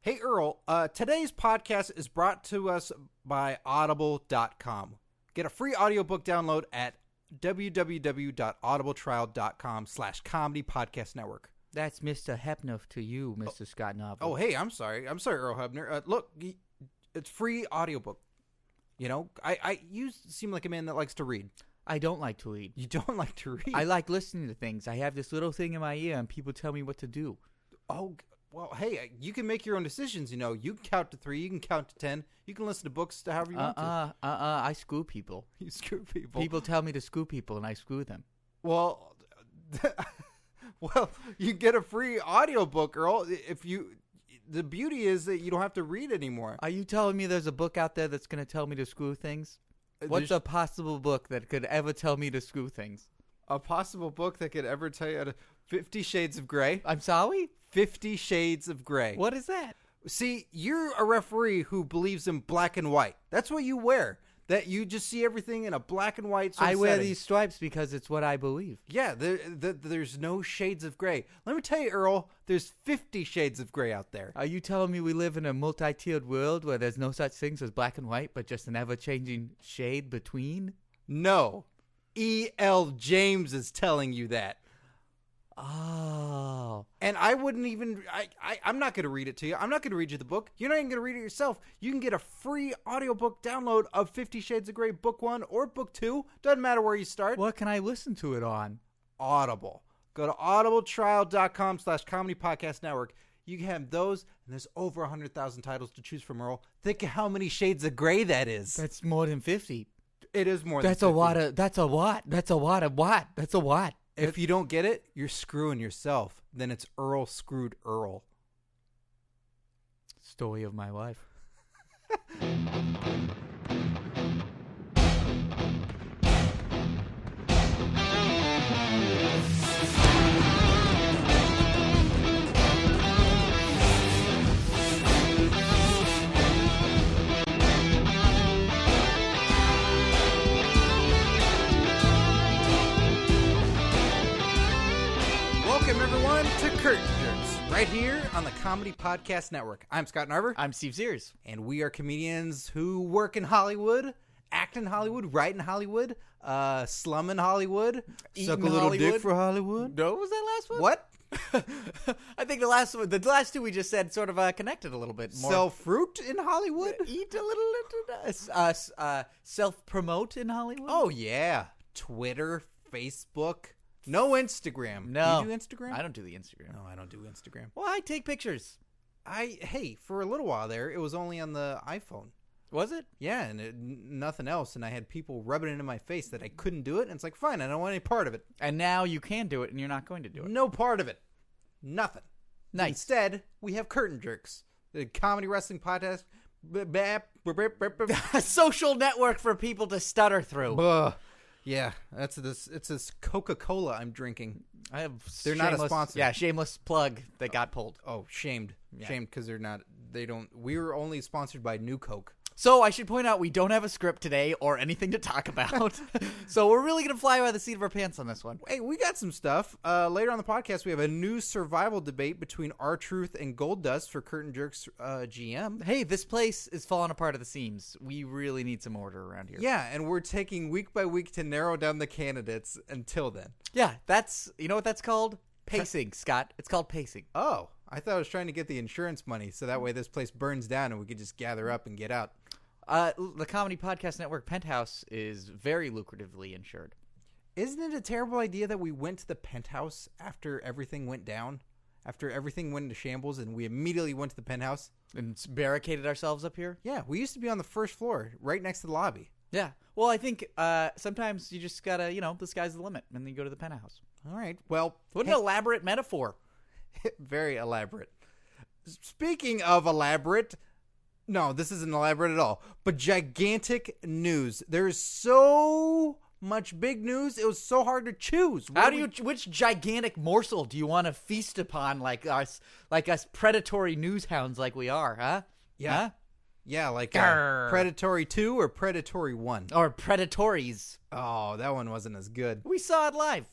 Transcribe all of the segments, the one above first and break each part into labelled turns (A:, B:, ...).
A: Hey, Earl, uh, today's podcast is brought to us by audible.com. Get a free audiobook download at www.audibletrial.com slash comedy podcast network.
B: That's Mr. Hepnuff to you, Mr. Scott Novel.
A: Oh, hey, I'm sorry. I'm sorry, Earl Hubner. Uh, look, y- it's free audiobook. You know, I, I you seem like a man that likes to read.
B: I don't like to read.
A: You don't like to read.
B: I like listening to things. I have this little thing in my ear, and people tell me what to do.
A: Oh, g- well, hey, uh, you can make your own decisions. You know, you can count to three, you can count to ten, you can listen to books to however you
B: Uh
A: want
B: uh,
A: to.
B: uh uh. I screw people.
A: You screw people.
B: People tell me to screw people, and I screw them.
A: Well, well, you get a free audiobook, Earl. If you, the beauty is that you don't have to read anymore.
B: Are you telling me there's a book out there that's going to tell me to screw things? What's
A: Uh, There's
B: a possible book that could ever tell me to screw things?
A: a possible book that could ever tell you how to- Fifty Shades of Grey?
B: I'm sorry?
A: Fifty Shades of Grey.
B: What is that?
A: See, you're a referee who believes in black and white. That's what you wear. That you just see everything in a black and white. Sort
B: I
A: of
B: wear
A: setting.
B: these stripes because it's what I believe.
A: Yeah, there, the, there's no shades of gray. Let me tell you, Earl. There's fifty shades of gray out there.
B: Are you telling me we live in a multi-tiered world where there's no such things as black and white, but just an ever-changing shade between?
A: No. E.L. James is telling you that.
B: Oh,
A: And I wouldn't even, I, I, I'm not going to read it to you. I'm not going to read you the book. You're not even going to read it yourself. You can get a free audiobook download of Fifty Shades of Grey, Book One or Book Two. Doesn't matter where you start.
B: what can I listen to it on?
A: Audible. Go to audibletrial.com slash comedy podcast network. You can have those, and there's over 100,000 titles to choose from, Earl. Think of how many shades of gray that is.
B: That's more than fifty.
A: It is more
B: That's a
A: than 50.
B: lot of. That's a lot. That's a lot of what? That's a lot.
A: If you don't get it, you're screwing yourself. Then it's Earl screwed Earl.
B: Story of my life.
A: Welcome everyone to Curtain Jerks, right here on the Comedy Podcast Network. I'm Scott Narver,
B: I'm Steve Sears.
A: and we are comedians who work in Hollywood, act in Hollywood, write in Hollywood, uh, slum in Hollywood,
B: Eat
A: suck
B: in
A: a little dick
B: Hollywood.
A: for Hollywood.
B: No, what was that last one?
A: What?
B: I think the last one, the last two we just said, sort of uh, connected a little bit more.
A: Sell fruit in Hollywood?
B: eat a little, little uh, uh, uh, self promote in Hollywood.
A: Oh yeah, Twitter, Facebook, no Instagram.
B: no,
A: Do you do Instagram?
B: I don't do the Instagram.
A: No, I don't do Instagram.
B: Well, I take pictures.
A: I hey, for a little while there, it was only on the iPhone.
B: Was it?
A: Yeah, and it, n- nothing else. And I had people rubbing it in my face that I couldn't do it. And it's like, fine, I don't want any part of it.
B: And now you can do it, and you're not going to do it.
A: No part of it. Nothing.
B: Nice.
A: Instead, we have curtain jerks, the comedy wrestling podcast. B- bap, b- bap, bap, bap.
B: A social network for people to stutter through.
A: Buh. Yeah, that's this. It's this Coca Cola I'm drinking.
B: I have.
A: They're not a
B: shameless-
A: sponsor.
B: Yeah, shameless plug that got pulled.
A: Oh, shamed, shamed because they're not. They don't. We were only sponsored by New Coke.
B: So I should point out we don't have a script today or anything to talk about. so we're really gonna fly by the seat of our pants on this one.
A: Hey, we got some stuff. Uh, later on the podcast, we have a new survival debate between R Truth and Gold Dust for Curtain Jerks uh, GM.
B: Um, Hey, this place is falling apart at the seams. We really need some order around here.
A: Yeah, and we're taking week by week to narrow down the candidates until then.
B: yeah. That's you know what that's called? Pacing, Scott. It's called pacing.
A: Oh, I thought I was trying to get the insurance money so that way this place burns down and we could just gather up and get out.
B: Uh, the comedy podcast network Penthouse is very lucratively insured.
A: Isn't it a terrible idea that we went to the penthouse after everything went down? After everything went into shambles and we immediately went to the penthouse?
B: And barricaded ourselves up here.
A: Yeah, we used to be on the first floor, right next to the lobby.
B: Yeah. Well, I think uh, sometimes you just gotta, you know, the sky's the limit, and then you go to the penthouse.
A: All right. Well,
B: What an elaborate metaphor.
A: very elaborate. Speaking of elaborate, no, this isn't elaborate at all, but gigantic news. There's so much big news. It was so hard to choose. What
B: How do
A: we-
B: you? Which gigantic morsel do you want to feast upon, like us, like us predatory news hounds, like we are, huh?
A: Yeah.
B: Huh?
A: Yeah, like uh,
B: Grr.
A: Predatory 2 or Predatory 1.
B: Or predatories?
A: Oh, that one wasn't as good.
B: We saw it live.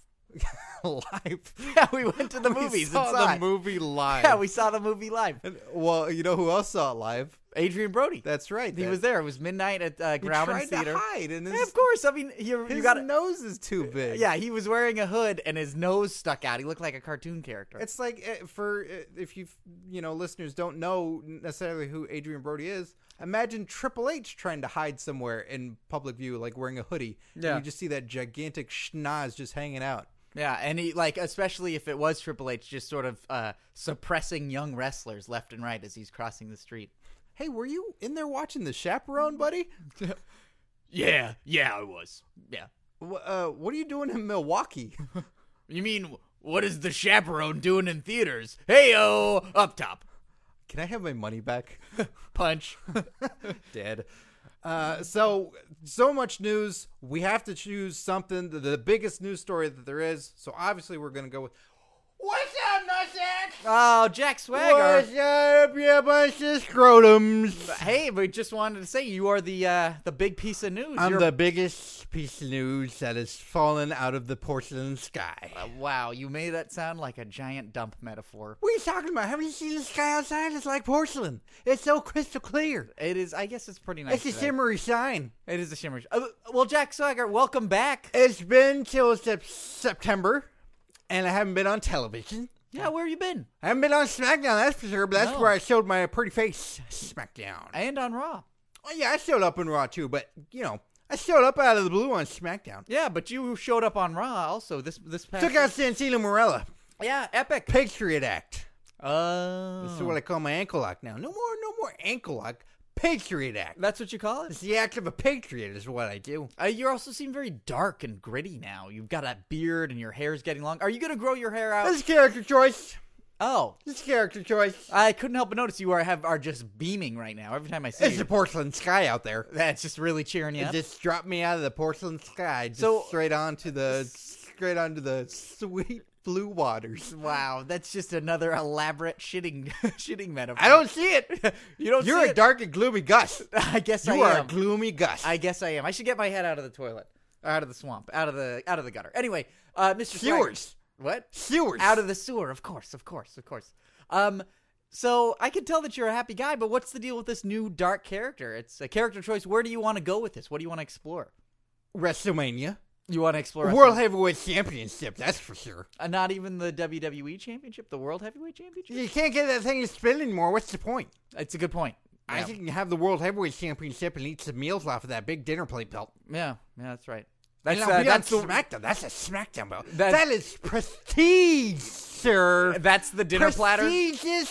A: live.
B: Yeah, we went to the
A: We
B: movies.
A: saw
B: inside.
A: the movie live.
B: Yeah, we saw the movie live.
A: well, you know who else saw it live?
B: Adrian Brody.
A: That's right.
B: he
A: that-
B: was there. It was midnight at uh,
A: He
B: Grauman
A: tried
B: Theater.
A: to hide, and his,
B: Yeah, of course. I mean, you,
A: his
B: you got to
A: nose is too big.
B: Yeah, he was wearing a hood and his nose stuck out. He looked like a cartoon character.
A: It's like eh, for eh, if you you know listeners don't know necessarily who Adrian Brody is. Imagine Triple H trying to hide somewhere in public view, like wearing a hoodie. and
B: Yeah.
A: you just see that gigantic schnoz just hanging out.
B: yeah, and he like especially if it was Triple H just sort of uh, suppressing young wrestlers left and right as he's crossing the street.
A: Hey, were you in there watching the chaperone, buddy?
B: Yeah, yeah, I was. Yeah.
A: Wh- Uh, what are you doing in Milwaukee?
B: You mean what is the chaperone doing in theaters? Hey oh, up top.
A: Can I have my money back?
B: Punch.
A: Dead. Uh, so so much news. We have to choose something. The, the biggest news story that there is. So obviously we're gonna go with. What's up, Nussex?
B: oh, Jack Swagger.
A: up, you bunch of scrotums?
B: Hey, we just wanted to say you are the uh, the big piece of news.
A: I'm
B: You're-
A: the biggest piece of news that has fallen out of the porcelain sky.
B: Uh, wow, you made that sound like a giant dump metaphor.
A: What are you talking about? Haven't you seen the sky outside? It's like porcelain. It's so crystal clear.
B: It is. I guess it's pretty nice.
A: It's a
B: today.
A: shimmery shine.
B: It is a shimmer. Uh, well, Jack Swagger, welcome back.
A: It's been till sep- September, and I haven't been on television.
B: Yeah, where you been?
A: I haven't been on SmackDown, that's for sure, but that's
B: No.
A: where I showed my pretty face. SmackDown.
B: And on Raw.
A: oh, yeah, I showed up in Raw too, but, you know, I showed up out of the blue on SmackDown.
B: Yeah, but you showed up on Raw also this this past.
A: Took out Santino Morella.
B: Yeah, epic.
A: Patriot Act.
B: Oh,
A: This is what I call my ankle lock now. No more, no more ankle lock. Patriot act.
B: that's what you call it.
A: It's the act of a patriot is what I do.
B: Uh, you also seem very dark and gritty now. You've got that beard and your hair's getting long. Are you gonna grow your hair out?
A: This character choice.
B: Oh,
A: This character choice.
B: I couldn't help but notice you are have are just beaming right now. Every time I see
A: It's
B: you,
A: the porcelain sky out there.
B: that's just really cheering you
A: It
B: up.
A: just dropped me out of the porcelain sky, just
B: So-
A: straight onto the straight onto the sweet blue waters.
B: Wow, that's just another elaborate shitting shitting metaphor.
A: I don't see it.
B: You don't.
A: You're
B: see
A: a
B: it.
A: dark and gloomy Gus.
B: I guess
A: You
B: I
A: are
B: am.
A: a gloomy Gus.
B: I guess I am. I should get my head out of the toilet, or out of the swamp, out of the out of the gutter. Anyway, uh, Mr. Swagger-
A: Sewers.
B: What?
A: Sewers.
B: Out of the sewer, of course, of course, of course. Um, so I can tell that you're a happy guy, but what's the deal with this new dark character? It's a character choice. Where do you want to go with this? What do you want to explore?
A: WrestleMania.
B: You want to explore
A: World Heavyweight Championship, that's for sure.
B: uh, not even the WWE Championship, the World Heavyweight Championship.
A: You can't get that thing to spin anymore. What's the point?
B: It's a good point.
A: I
B: Yeah.
A: think you can have the World Heavyweight Championship and eat some meals off of that big dinner plate belt.
B: yeah, yeah, that's right.
A: And
B: That's
A: I'll
B: uh,
A: be on
B: that's the
A: SmackDown. That's a SmackDown belt.
B: That-
A: that is prestige, sir.
B: that's the dinner platter.
A: Prestigious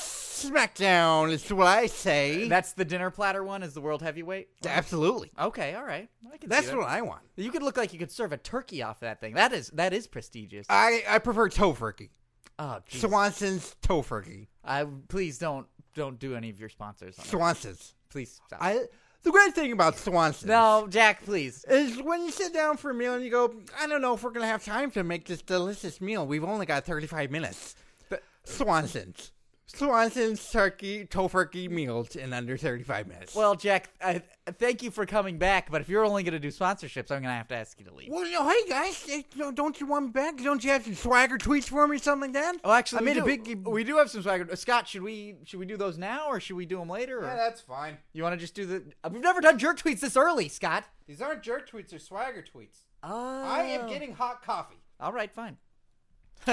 A: SmackDown is what I say.
B: That's the dinner platter one. Is the World Heavyweight?
A: Absolutely.
B: Okay, all right. I can see
A: That's
B: that.
A: what I want.
B: You could look like you could serve a turkey off that thing. That is that is prestigious.
A: I, I prefer tofurkey.
B: oh, jeez.
A: Swanson's tofurkey.
B: I please don't don't do any of your sponsors. On that.
A: Swanson's.
B: Please stop.
A: I. The great thing about Swanson's.
B: no, Jack, please.
A: is when you sit down for a meal and you go, I don't know if we're going to have time to make this delicious meal. We've only got 35 minutes. But Swanson's. Swanson's turkey, tofurkey meals in under 35 minutes.
B: Well, Jack, I, thank you for coming back, but if you're only going to do sponsorships, I'm going to have to ask you to leave.
A: well, you know, hey guys, eh, no, don't you want me back? Don't you have some swagger tweets for me or something like that?
B: Oh, actually,
A: I
B: we
A: made a
B: do.
A: big.
B: We do have some swagger. Scott, should we should we do those now or should we do them later? Or
A: that's fine.
B: you want to just do the? uh, We've never done jerk tweets this early, Scott.
A: These aren't jerk tweets, they're swagger tweets.
B: Oh.
A: hot coffee.
B: All right, fine.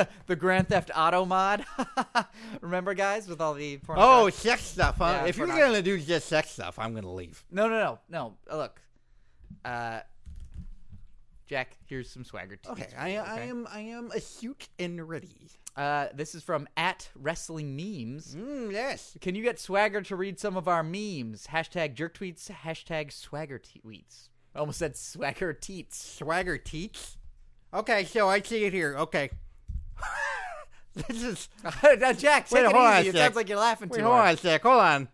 B: the Grand Theft Auto mod. Remember, guys, with all the porn
A: Oh, sex stuff, huh?
B: Yeah,
A: if
B: we're
A: you're
B: not-
A: going to do just sex stuff, I'm going to leave.
B: No, no, no, no. Uh, Look, uh, Jack, here's some swagger. to
A: Okay,
B: use for
A: I,
B: you,
A: I am I am acute and ready.
B: Uh, this is from at wrestling memes.
A: Mm, yes.
B: Can you get swagger to read some of our memes? Hashtag jerk tweets. Hashtag swagger tweets. I almost said swagger teats.
A: Swagger teats. Okay, so I see it here. Okay. this is.
B: now, Jack, take
A: Wait,
B: it
A: hold on a
B: easy. It
A: sec.
B: sounds like you're laughing
A: Wait,
B: too
A: hold on
B: hard.
A: a sec. Hold on.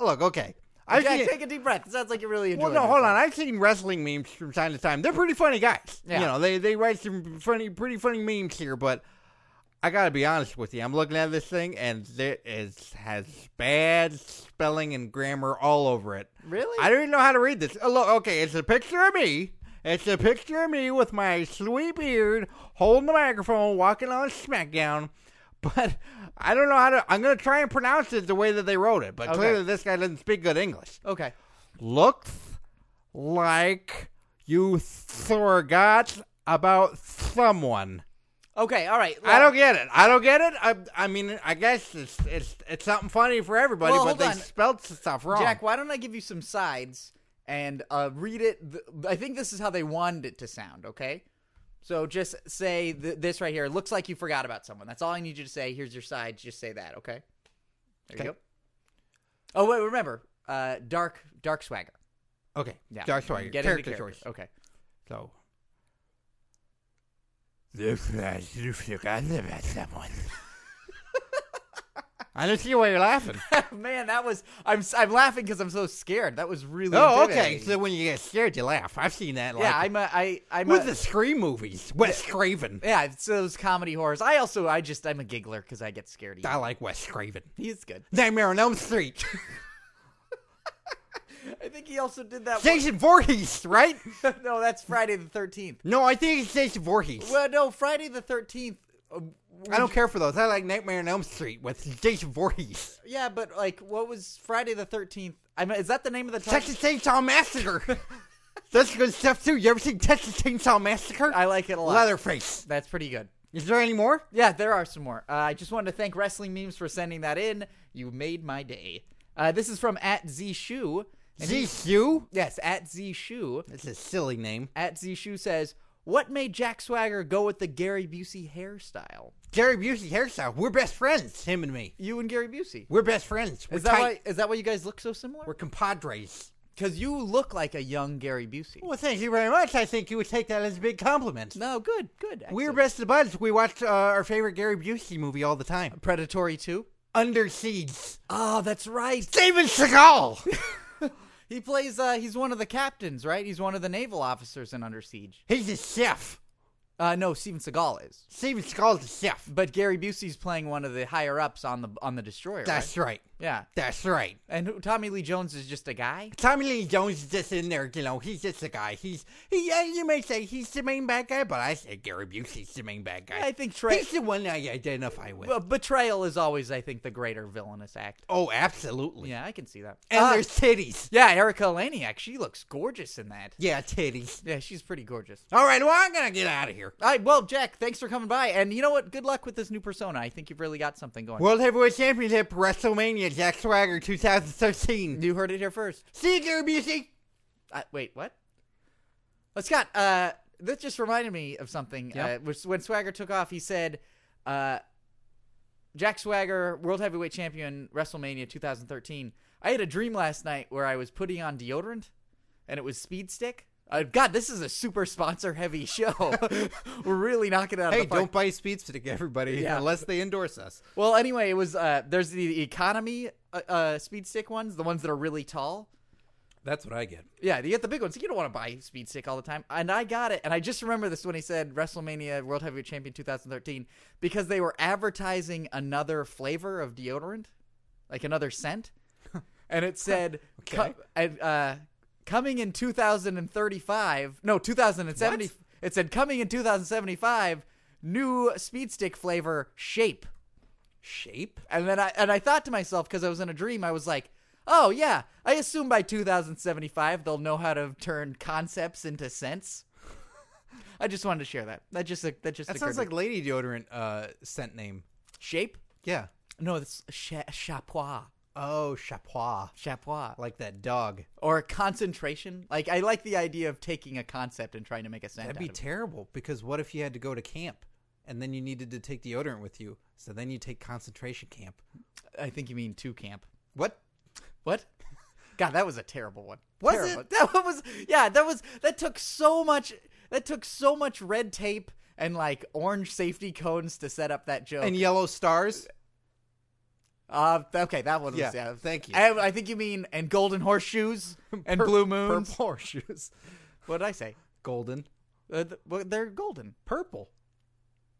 A: Look, okay. I've
B: Jack,
A: seen,
B: take a deep breath. It sounds like you're really
A: well,
B: enjoying.
A: no, hold on.
B: yourself.
A: I've seen wrestling memes from time to time. They're pretty funny guys.
B: Yeah.
A: You know, they they write some funny, pretty funny memes here. But I gotta be honest with you. I'm looking at this thing, and there is has bad spelling and grammar all over it.
B: Really?
A: Uh, I don't even know how to read this. Oh, look, okay, it's a picture of me, It's a picture of me with my sweet beard holding the microphone, walking on SmackDown. But I don't know how to. I'm going to try and pronounce it the way that they wrote it. But
B: Okay.
A: clearly, this guy doesn't speak good English.
B: Okay.
A: Looks like you forgot about someone.
B: Okay. All right.
A: I don't get it. I don't get it. I, I mean, I guess it's it's it's something funny for everybody,
B: Well,
A: but
B: hold
A: they
B: on.
A: spelled stuff wrong.
B: Jack, why don't I give you some sides and uh, read it? Th- I think this is how they wanted it to sound, okay? So just say th- this right here. Looks like you forgot about someone. That's all I need you to say. Here's your sides. Just say that, okay? There you
A: Okay.
B: go. Oh, wait, remember. Uh, dark dark swagger.
A: okay,
B: Yeah.
A: Dark Swagger,
B: Get into
A: character,
B: character.
A: choice.
B: Okay.
A: So. Looks like you forgot about someone. I don't see why you're laughing.
B: Man, that was I'm s- I'm laughing cuz I'm so scared. That was really
A: oh, okay.
B: intimidating.
A: So when you get scared, you laugh. I've seen that. Like,
B: yeah, I'm a, I I'm
A: with
B: a,
A: the Scream movies, Wes Craven.
B: yeah, it's those comedy horrors. I also I just I'm a giggler cuz I get scared.
A: I
B: easily.
A: like Wes Craven.
B: He's good.
A: Nightmare on Elm Street.
B: I think he also did that.
A: Jason Voorhees, right?
B: one- no, that's Friday the Thirteenth.
A: No, I think it's Jason Voorhees.
B: Well, no, Friday the Thirteenth. uh,
A: I don't care for those. I like Nightmare on Elm Street with Jason Voorhees.
B: Yeah, but like, what was Friday the Thirteenth? I mean, is that the name of the title?
A: Texas Chainsaw Massacre. That's good stuff too. You ever seen Texas Chainsaw Massacre?
B: I like it a lot.
A: Leatherface.
B: That's pretty good.
A: Is there any more?
B: Yeah, there are some more. Uh, I just wanted to thank Wrestling Memes for sending that in. You made my day. Uh, this is from at Z Shoe. and he-
A: ZQ?
B: Yes, at Z Shoe.
A: That's a silly name.
B: At Z Shoe says, "What made Jack Swagger go with the Gary Busey hairstyle?
A: Gary Busey hairstyle. We're best friends, him and me.
B: You and Gary Busey."
A: We're best friends. We're
B: Is that
A: tight.
B: why? Is that why you guys look so similar?
A: We're compadres.
B: Because you look like a young Gary Busey.
A: Well, thank you very much. I think you would take that as a big compliment.
B: No, good, good.
A: We're
B: excellent.
A: best of buds. We watch uh, our favorite Gary Busey movie all the time.
B: Predatory too.
A: Under Siege.
B: Oh, that's right.
A: David Seagal.
B: He plays. Uh, he's one of the captains, right? He's one of the naval officers in Under Siege.
A: He's a chef.
B: Uh, no, Steven Seagal is.
A: Steven Seagal's a chef.
B: But Gary Busey's playing one of the higher ups on the on the destroyer. right?
A: That's right.
B: Yeah,
A: That's right.
B: and who- Tommy Lee Jones is just a guy.
A: Tommy Lee Jones is just in there, you know, he's just a guy. He's, he, yeah, you may say he's the main bad guy, but I say Gary Busey's the main bad guy.
B: I think Trey-
A: He's the one I identify with.
B: Well, betrayal is always, I think, the greater villainous act.
A: oh, absolutely.
B: Yeah, I can see that.
A: And
B: Ah,
A: there's titties.
B: yeah, Erica Laniak. She looks gorgeous in that.
A: Yeah, titties.
B: Yeah, she's pretty gorgeous.
A: All right, well, I'm going to get out of here.
B: All right, well, Jack, thanks for coming by, and you know what? Good luck with this new persona. I think you've really got something going.
A: World Heavyweight Championship, WrestleMania, Jack Swagger 2013.
B: You heard it here first.
A: See you, Gary Busey.
B: Uh, wait, what? Well, Scott, uh, this just reminded me of something.
A: Yep.
B: Uh, which, when Swagger took off, he said, uh, Jack Swagger, World Heavyweight Champion, WrestleMania 2013. I had a dream last night where I was putting on deodorant, and it was Speed Stick. Uh, God, this is a super sponsor-heavy show. We're really knocking it out
A: Hey,
B: of the park.
A: don't buy speed stick, everybody,
B: Yeah.
A: unless they endorse us.
B: Well, anyway, it was uh, there's the economy uh, uh, speed stick ones, the ones that are really tall.
A: That's what I get.
B: Yeah, you get the big ones. You don't want to buy speed stick all the time. And I got it, and I just remember this when he said WrestleMania World Heavyweight Champion 2013 because they were advertising another flavor of deodorant, like another scent, and it said
A: Okay.
B: co- and, uh, coming in 2035. No, 2070.
A: What?
B: It said coming in 2075. New speed stick flavor shape.
A: Shape?
B: And then I and I thought to myself because I was in a dream, I was like, "Oh yeah, I assume by 2075 they'll know how to turn concepts into sense." I just wanted to share that. That just that just
A: That
B: occurred
A: sounds
B: to
A: like
B: me.
A: lady deodorant uh, scent name.
B: shape.
A: Yeah.
B: No, it's cha- chapois,
A: Oh, chapois.
B: chapois,
A: Like that dog.
B: or concentration. Like I like the idea of taking a concept and trying to make a scent.
A: That'd
B: out
A: be
B: of it.
A: terrible because what if you had to go to camp and then you needed to take deodorant with you? So then you take concentration camp.
B: I think you mean two camp.
A: What?
B: What? God, that was a terrible one.
A: Was
B: terrible.
A: it?
B: That one was yeah. That was that took so much. That took so much red tape and like orange safety cones to set up that joke.
A: And yellow stars?
B: uh, okay, that one was
A: Yeah,
B: yeah.
A: thank you.
B: I, I think you mean and golden horseshoes and blue moons.
A: Purple horseshoes.
B: What did I say?
A: Golden.
B: Uh, th- well, they're golden.
A: Purple.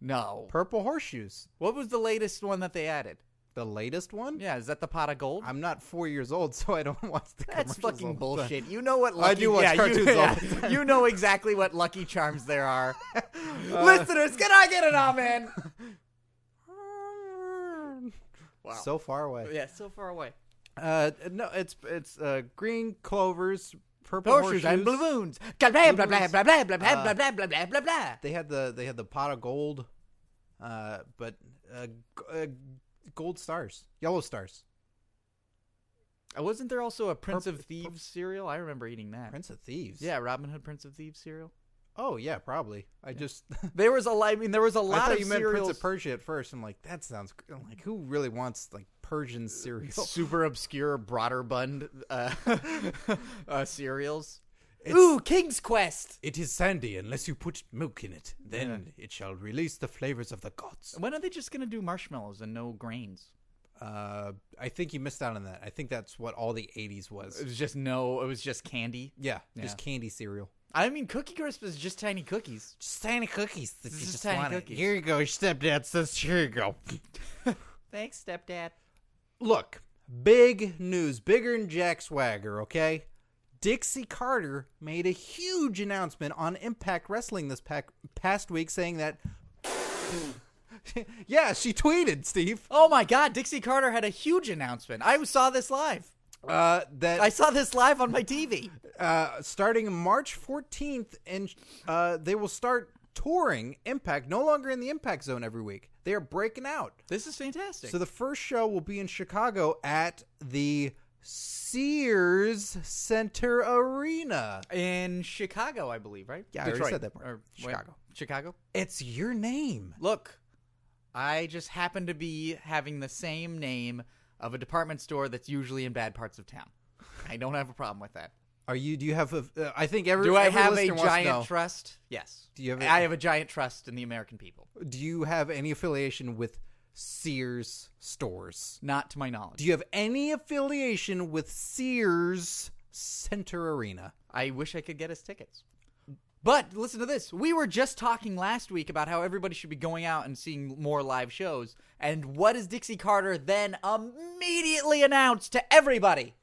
B: No.
A: Purple horseshoes.
B: What was the latest one that they added?
A: The latest one?
B: Yeah, is that the pot of gold?
A: I'm not four years old, so I don't watch the
B: That's
A: commercials all
B: fucking
A: the time.
B: bullshit. You know what? Lucky,
A: do watch
B: yeah,
A: cartoons
B: You,
A: all the
B: yeah, you know exactly what Lucky Charms there are. Uh, Listeners, can I get an amen? Wow.
A: So far away.
B: yeah, so far away.
A: Uh, no, it's it's uh, green clovers, purple
B: Horseshoes and balloons. Blah blah blah blah blah blah blah blah
A: Uh,
B: blah blah blah blah blah.
A: They had the they had the pot of gold, uh, but uh, g- uh, gold stars, yellow stars.
B: uh, Wasn't there also a Prince of Thieves cereal? I remember eating that.
A: Prince of Thieves.
B: Yeah, Robin Hood Prince of Thieves cereal.
A: Oh yeah, probably. I just
B: There was a li- I mean, there was a
A: I
B: lot
A: thought
B: of
A: you meant Prince
B: cereals.
A: of Persia at first. I'm like, that sounds cr- I'm like who really wants like Persian cereal?
B: super obscure Broderbund uh, uh, cereals.
A: It's-
B: Ooh, King's Quest.
A: It is sandy unless you put milk in it. Then it shall release the flavors of the gods.
B: When are they just gonna do marshmallows and no grains?
A: Uh, I think you missed out on that. I think that's what all the '80s
B: It
A: was.
B: was just no. It was just candy.
A: Yeah,
B: Uh, Yeah.
A: just candy cereal.
B: I mean, Cookie Crisp is just tiny cookies.
A: Just tiny cookies. That
B: It's just tiny cookies.
A: you go, stepdad. Says here you go.
B: Thanks, stepdad.
A: Look, big news, bigger than Jack Swagger. Okay, Dixie Carter made a huge announcement on Impact Wrestling this pack, past week, saying that. yeah, she tweeted, Steve.
B: Oh my God, Dixie Carter had a huge announcement. I saw this live.
A: Uh, that
B: I saw this live on my TV.
A: uh, starting March 14th, and uh, they will start touring Impact, no longer in the Impact Zone every week. They are breaking out.
B: This is fantastic.
A: So the first show will be in Chicago at the Sears Center Arena.
B: in Chicago, I believe, right?
A: Yeah, I already
B: Detroit.
A: said that part.
B: Or,
A: Chicago.
B: wait, Chicago.
A: It's your name.
B: Look, I just happen to be having the same name of a department store that's usually in bad parts of town. I don't have a problem with that.
A: Are you? Do you have a? Uh, I think every.
B: Do I
A: every
B: have a
A: listener wants to know,
B: giant trust? Yes.
A: Do you have a-
B: I have a giant trust in the American people.
A: do you have any affiliation with Sears stores?
B: Not to my knowledge.
A: Do you have any affiliation with Sears Center Arena?
B: I wish I could get us tickets. But listen to this. We were just talking last week about how everybody should be going out and seeing more live shows. And what does Dixie Carter then immediately announce to everybody?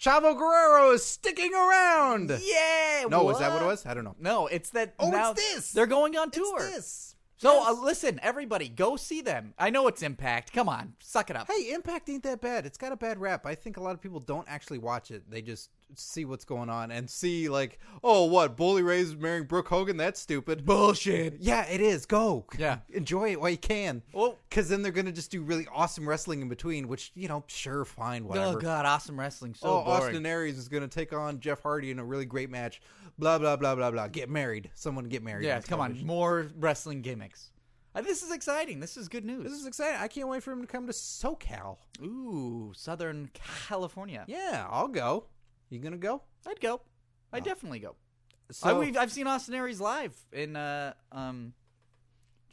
A: Chavo Guerrero is sticking around.
B: Yeah.
A: No, is that what it was? I don't know.
B: No, it's that.
A: Oh, it's
B: now
A: this!
B: They're going on tour.
A: this.
B: So uh, listen, everybody, go see them. I know it's Impact. Come on, suck it up.
A: Hey, Impact ain't that bad. It's got a bad rap. I think a lot of people don't actually watch it. They just see what's going on and see like, oh, what Bully Ray's marrying Brooke Hogan? That's stupid.
B: Bullshit.
A: Yeah, it is. Go.
B: Yeah.
A: Enjoy it while you can.
B: Well-
A: because then they're gonna just do really awesome wrestling in between, which you know, sure, fine, whatever.
B: Oh God, awesome wrestling. So
A: oh,
B: boring.
A: Austin Aries is gonna take on Jeff Hardy in a really great match. Blah blah blah blah blah. Get married. Someone get married.
B: yeah, come on, more wrestling gimmicks. Uh, this is exciting. This is good news.
A: This is exciting. I can't wait for him to come to SoCal.
B: Ooh, Southern California.
A: Yeah, I'll go. You gonna go?
B: I'd go. I'd definitely go.
A: So,
B: I, we've, I've seen Austin Aries live in uh um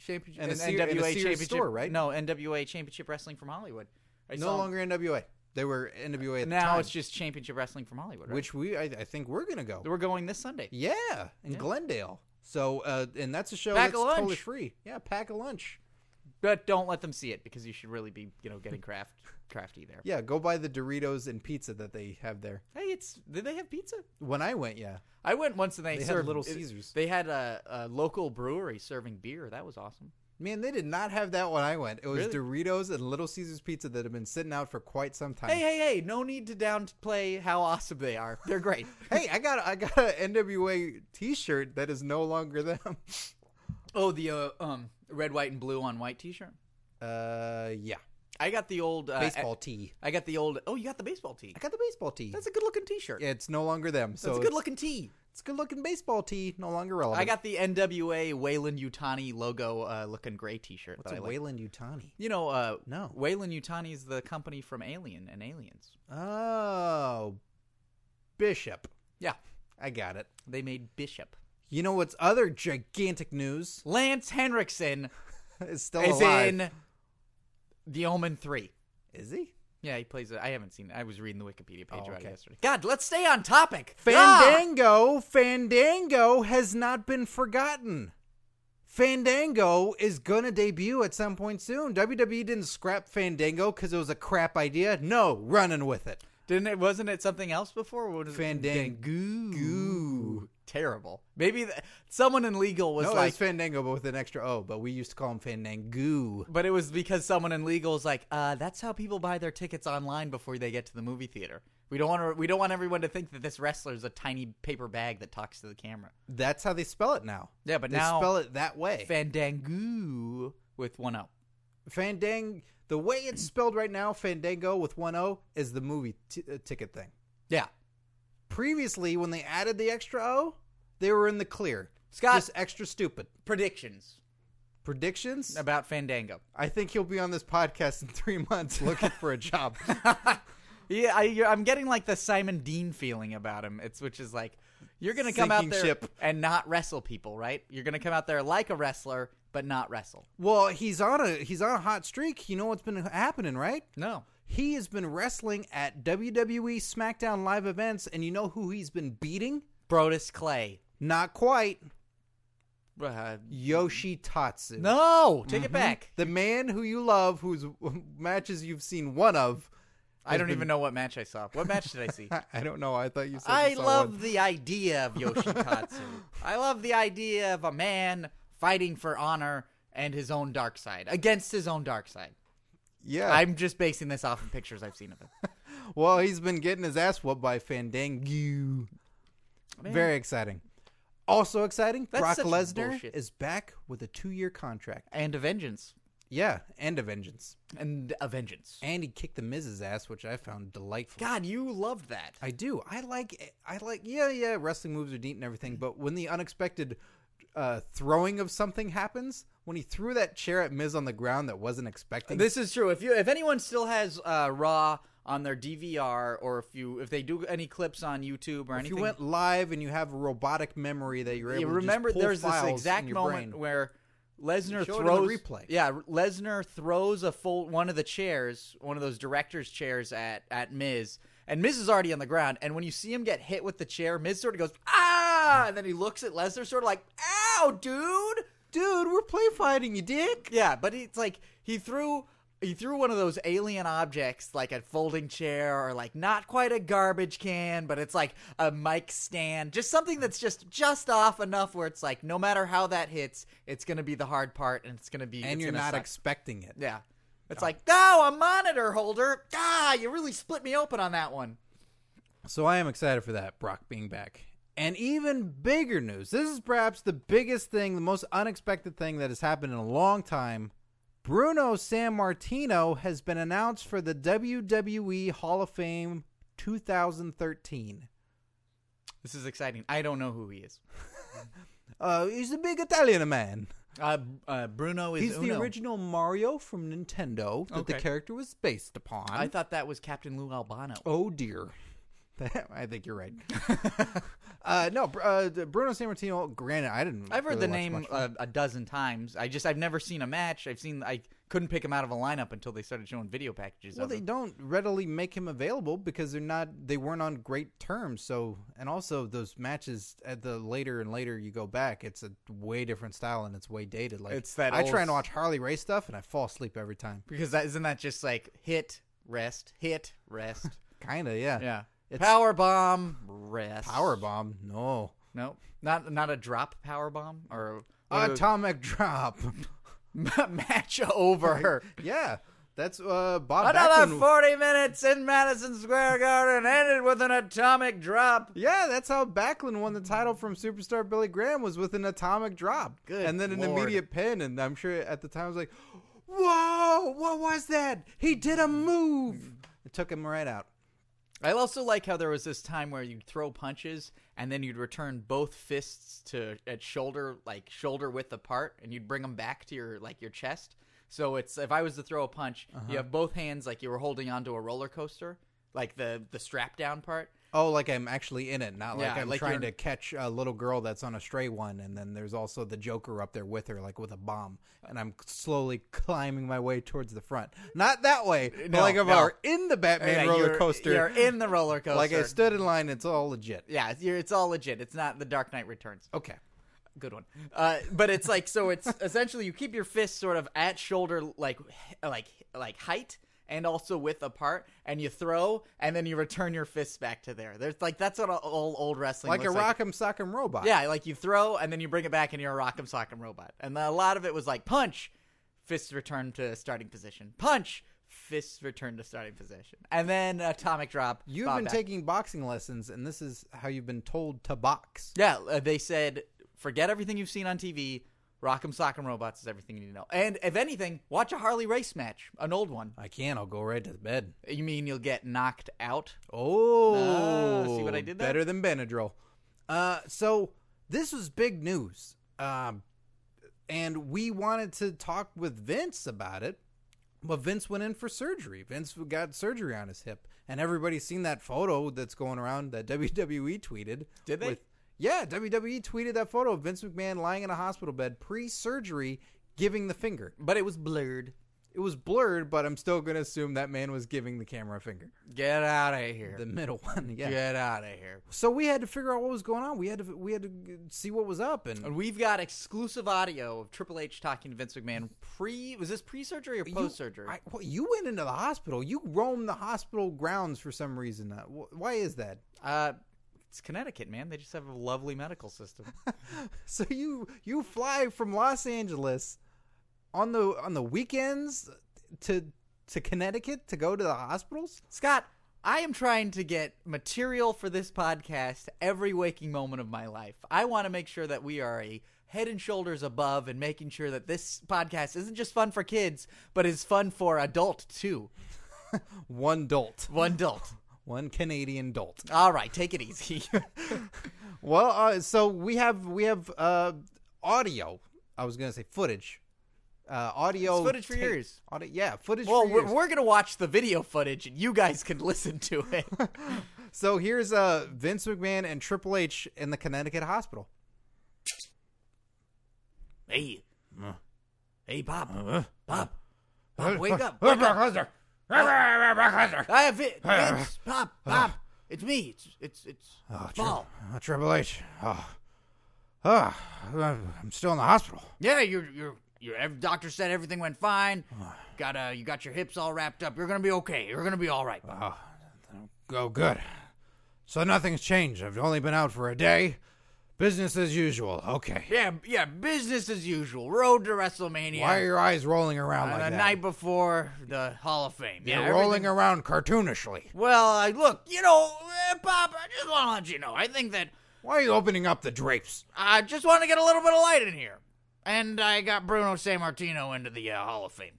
B: championship
A: And a
B: in
A: Sear- and a
B: NWA
A: Sears
B: championship
A: store, right?
B: No, NWA championship wrestling from Hollywood. I
A: no
B: saw him-
A: longer NWA. They were NWA at the
B: now
A: time,
B: it's just championship wrestling from Hollywood, right?
A: which we I, I think we're gonna go.
B: we're going this Sunday.
A: Yeah, in Glendale. So uh, and that's a show
B: Pack a
A: that's totally
B: lunch.
A: free. Yeah, pack a lunch.
B: But don't let them see it because you should really be, you know, getting craft crafty there.
A: Yeah, go buy the Doritos and pizza that they have there.
B: Hey, it's did they have pizza?
A: When I went, yeah,
B: I went once and they,
A: They had
B: served
A: Little
B: it-
A: Caesars.
B: They had a, a local brewery serving beer. That was awesome.
A: man, they did not have that when I went. It was
B: Really?
A: Doritos and Little Caesars pizza that have been sitting out for quite some time.
B: Hey, hey, hey! No need to downplay how awesome they are. They're great.
A: Hey, I got I got a NWA T-shirt that is no longer them.
B: Oh, the uh, um red, white, and blue on white T-shirt.
A: Uh, yeah,
B: I got the old uh,
A: baseball tee.
B: I got the old. Oh, you got the baseball tee.
A: I got the baseball tee.
B: That's a good looking T-shirt.
A: it's no longer them. So
B: That's a
A: it's-
B: good looking tee.
A: It's a good looking baseball tee, no longer relevant.
B: I got the NWA Wayland Utani logo uh, looking gray T-shirt.
A: What's
B: that
A: a
B: I like.
A: Wayland Utani.
B: You know, uh,
A: No.
B: Wayland Utani is the company from Alien and Aliens.
A: Oh, Bishop.
B: Yeah,
A: I got it.
B: they made Bishop.
A: You know what's other gigantic news?
B: Lance Henriksen
A: Is still
B: is
A: alive.
B: in The Omen Three.
A: Is he?
B: Yeah, he plays. I I haven't seen. it. I was reading the Wikipedia page
A: Oh,
B: about it
A: okay.
B: yesterday. God, let's stay on topic. Ah!
A: Fandango, Fandango has not been forgotten. Fandango is going to debut at some point soon. WWE didn't scrap Fandango because it was a crap idea. No, running with it.
B: Didn't it? Wasn't it something else before? What was it?
A: Fandango.
B: Terrible. Maybe th- someone in legal was
A: No, it
B: like,
A: was Fandango, but with an extra O, but we used to call him Fandango.
B: but it was because someone in legal was like, uh, that's how people buy their tickets online before they get to the movie theater. We don't want to, we don't want everyone to think that this wrestler is a tiny paper bag that talks to the camera.
A: That's how they spell it now.
B: Yeah, but
A: They
B: now
A: spell it that way.
B: Fandango with one O.
A: Fandang. The way it's spelled right now, Fandango with one O, is the movie t- uh, ticket thing.
B: Yeah,
A: Previously, when they added the extra O, they were in the clear.
B: Scott-
A: Just extra stupid
B: predictions
A: predictions.
B: about Fandango.
A: I think he'll be on this podcast in three months looking for a job.
B: Yeah, I, you're- I'm getting like the Simon Dean feeling about him. It's which is like you're gonna come out
A: Sinking
B: there
A: ship.
B: and not wrestle people, right? You're gonna come out there like a wrestler, but not wrestle.
A: well, he's on a he's on a hot streak. You know what's been happening, right?
B: No,
A: He has been wrestling at WWE SmackDown live events, and you know who he's been beating?
B: Brodus Clay.
A: Not quite.
B: Uh,
A: Yoshi Tatsu.
B: no, Mm-hmm. take
A: Mm-hmm.
B: it back.
A: The man who you love, whose matches you've seen one of.
B: I don't even know what match I saw. What match did I see?
A: I don't know. I thought you said
B: I
A: you saw
B: love
A: one.
B: the idea of Yoshitatsu. I love the idea of a man fighting for honor and his own dark side against his own dark side.
A: Yeah.
B: I'm just basing this off of pictures I've seen of him.
A: well, he's been getting his ass whooped by Fandango.
B: Man.
A: Very exciting. Also exciting,
B: That's
A: Brock
B: such
A: Lesnar
B: bullshit.
A: is back with a two-year contract.
B: And a vengeance.
A: Yeah, and a vengeance.
B: and a vengeance.
A: And he kicked the Miz's ass, which I found delightful.
B: God, you loved that.
A: I do. I like. I like. Yeah, yeah. Wrestling moves are neat and everything, but when the unexpected uh, throwing of something happens, when he threw that chair at Miz on the ground that wasn't expecting,
B: This is true. If you if anyone still has uh, Raw on their DVR, or if you if they do any clips on YouTube or
A: if you
B: anything,
A: went live and you have a robotic memory that you're able
B: you
A: to just
B: remember
A: pull
B: there's this
A: files
B: exact
A: in your
B: moment
A: brain.
B: where Lesnar
A: Show it in the
B: throws
A: replay.
B: Yeah, Lesnar throws a full one of the chairs, one of those directors' chairs at at Miz. And Miz is already on the ground, and when you see him get hit with the chair, Miz sort of goes ah, and then he looks at Lesnar, sort of like ow, dude.
A: dude, we're play fighting, you dick.
B: Yeah, but it's like he threw he threw one of those alien objects like a folding chair or like not quite a garbage can, but it's like a mic stand, just something that's just just off enough where it's like no matter how that hits, it's going to be the hard part and it's going to be
A: And
B: it's
A: you're
B: gonna
A: not
B: suck.
A: expecting it.
B: Yeah. It's like, "No, a monitor holder. Ah, you really split me open on that one."
A: So I am excited for that, Brock being back. And even bigger news. This is perhaps the biggest thing, the most unexpected thing that has happened in a long time. Bruno San Martino has been announced for the WWE Hall of Fame 2013.
B: This is exciting. I don't know who he is.
A: Uh, he's a big Italian man.
B: Uh, uh Bruno is
A: He's the
B: Uno.
A: original Mario from Nintendo that the
B: Okay.
A: character was based upon.
B: I thought that was Captain Lou Albano.
A: Oh dear. I think you're right. uh, no, Br- uh, Bruno Sammartino. Granted, I didn't.
B: I've heard
A: really
B: the
A: watch
B: name uh,
A: much from
B: a, a dozen times. I just I've never seen a match. I've seen I couldn't pick him out of a lineup until they started showing video packages
A: Well,
B: of
A: they
B: him.
A: don't readily make him available because they're not they weren't on great terms. So, and also those matches at the later and later you go back, it's a way different style and it's way dated. Like
B: It's that
A: I
B: old
A: try and
B: s-
A: watch Harley Race stuff and I fall asleep every time.
B: Because that isn't that just like hit rest hit rest
A: Kind of, yeah.
B: yeah
A: It's-
B: power bomb rest
A: Power bomb, no.
B: no not not a drop power bomb or one of
A: Atomic drop.
B: those- match over
A: yeah. That's uh Bob
B: another
A: Backlund-
B: forty minutes in Madison Square Garden ended with an atomic drop.
A: Yeah, that's how Backlund won the title from superstar Billy Graham was with an atomic drop.
B: Good
A: And then an
B: lord.
A: immediate pin, and I'm sure at the time I was like, Whoa, what was that? He did a move. It took him right out.
B: I also like how there was this time where you'd throw punches and then you'd return both fists to at shoulder like shoulder width apart and you'd bring them back to your like your chest. So it's if I was to throw a punch,
A: Uh-huh.
B: you have both hands like you were holding onto a roller coaster, like the the strap down part.
A: Oh, like I'm actually in it, not like
B: Yeah,
A: I'm
B: like
A: trying
B: you're-
A: to catch a little girl that's on a stray one, and then there's also the Joker up there with her, like with a bomb, and I'm slowly climbing my way towards the front. Not that way, but
B: No,
A: like if
B: no.
A: I were in the Batman
B: Yeah,
A: roller
B: you're-
A: coaster,
B: You're in the roller coaster.
A: like I stood in line, it's all legit.
B: yeah, you're, it's all legit. It's not the Dark Knight Returns.
A: Okay.
B: good one. Uh, but it's like so. It's essentially you keep your fists sort of at shoulder like like like height and also width apart, and you throw, and then you return your fists back to there. There's like that's what all, all old wrestling
A: like a
B: looks like.
A: rock'em sock'em robot.
B: Yeah, like you throw and then you bring it back, and you're a rock'em sock'em robot. And a lot of it was like punch, fists return to starting position, punch. Fists return to starting position, and then atomic drop.
A: You've
B: bomb
A: been
B: back.
A: taking boxing lessons, and this is how you've been told to box.
B: Yeah, uh, they said forget everything you've seen on TV. Rock'em Sock'em Robots is everything you need to know. And if anything, watch a Harley race match, an old one.
A: I can. I'll go right to bed.
B: You mean you'll get knocked out?
A: Oh,
B: Ah, see what I did there?
A: Better than Benadryl. Uh, so this was big news, um, and we wanted to talk with Vince about it, but Vince went in for surgery. Vince got surgery on his hip, and everybody's seen that photo that's going around that WWE tweeted.
B: Did they?
A: yeah, WWE tweeted that photo of Vince McMahon lying in a hospital bed pre-surgery, giving the finger.
B: But it was blurred.
A: It was blurred, but I'm still gonna assume that man was giving the camera a finger.
B: Get out of here.
A: The middle one, yeah.
B: Get out of here.
A: So we had to figure out what was going on. We had to we had to g- see what was up and
B: And we've got exclusive audio of Triple H talking to Vince McMahon pre. Was this pre surgery or
A: You-
B: post surgery?
A: I- well, you went into the hospital. You roamed the hospital grounds for some reason. Uh, wh- Why is that?
B: Uh, it's Connecticut, man. They just have a lovely medical system.
A: So you you fly from Los Angeles on the on the weekends to to Connecticut to go to the hospitals.
B: Scott, I am trying to get material for this podcast every waking moment of my life. I want to make sure that we are a head and shoulders above and making sure that this podcast isn't just fun for kids, but is fun for adult too.
A: One dolt,
B: One adult.
A: one Canadian dolt.
B: All right, take it easy.
A: Well, uh, so we have we have uh, audio. I was gonna say footage. Uh, audio
B: It's footage for
A: ta-
B: years.
A: audi- yeah, footage.
B: well,
A: for
B: we're,
A: years.
B: we're going to watch the video footage and you guys can listen to it.
A: So here's uh, Vince McMahon and Triple H in the Connecticut hospital.
B: hey. uh, Hey, Bob.
A: Uh,
B: Bob. Bob, wake up. Wake up. I have it.
A: Ah.
B: Vince, Bob, Bob. It's me. It's it's it's
A: Oh,
B: Paul.
A: uh, Triple H. Oh. Oh, I'm still in the hospital.
B: Yeah, you're you're your ev- doctor said everything went fine.
A: Ah.
B: Got uh, you got your hips all wrapped up. You're gonna be okay. You're gonna be all right.
A: Ah.
B: Bob.
A: Oh, good. So nothing's changed. I've only been out for a day. Business as usual. Okay.
B: Yeah, yeah. Business as usual. Road to WrestleMania.
A: Why are your eyes rolling around
B: and
A: like
B: Uh, the
A: that?
B: night before the Hall of Fame.
A: You're
B: yeah,
A: rolling
B: everything-
A: around cartoonishly.
B: Well, I look. You know, eh, Bob. I just want to let you know. I think that
A: Why are you opening up the drapes?
B: I just want to get a little bit of light in here, and I got Bruno San Martino into the uh, Hall of Fame.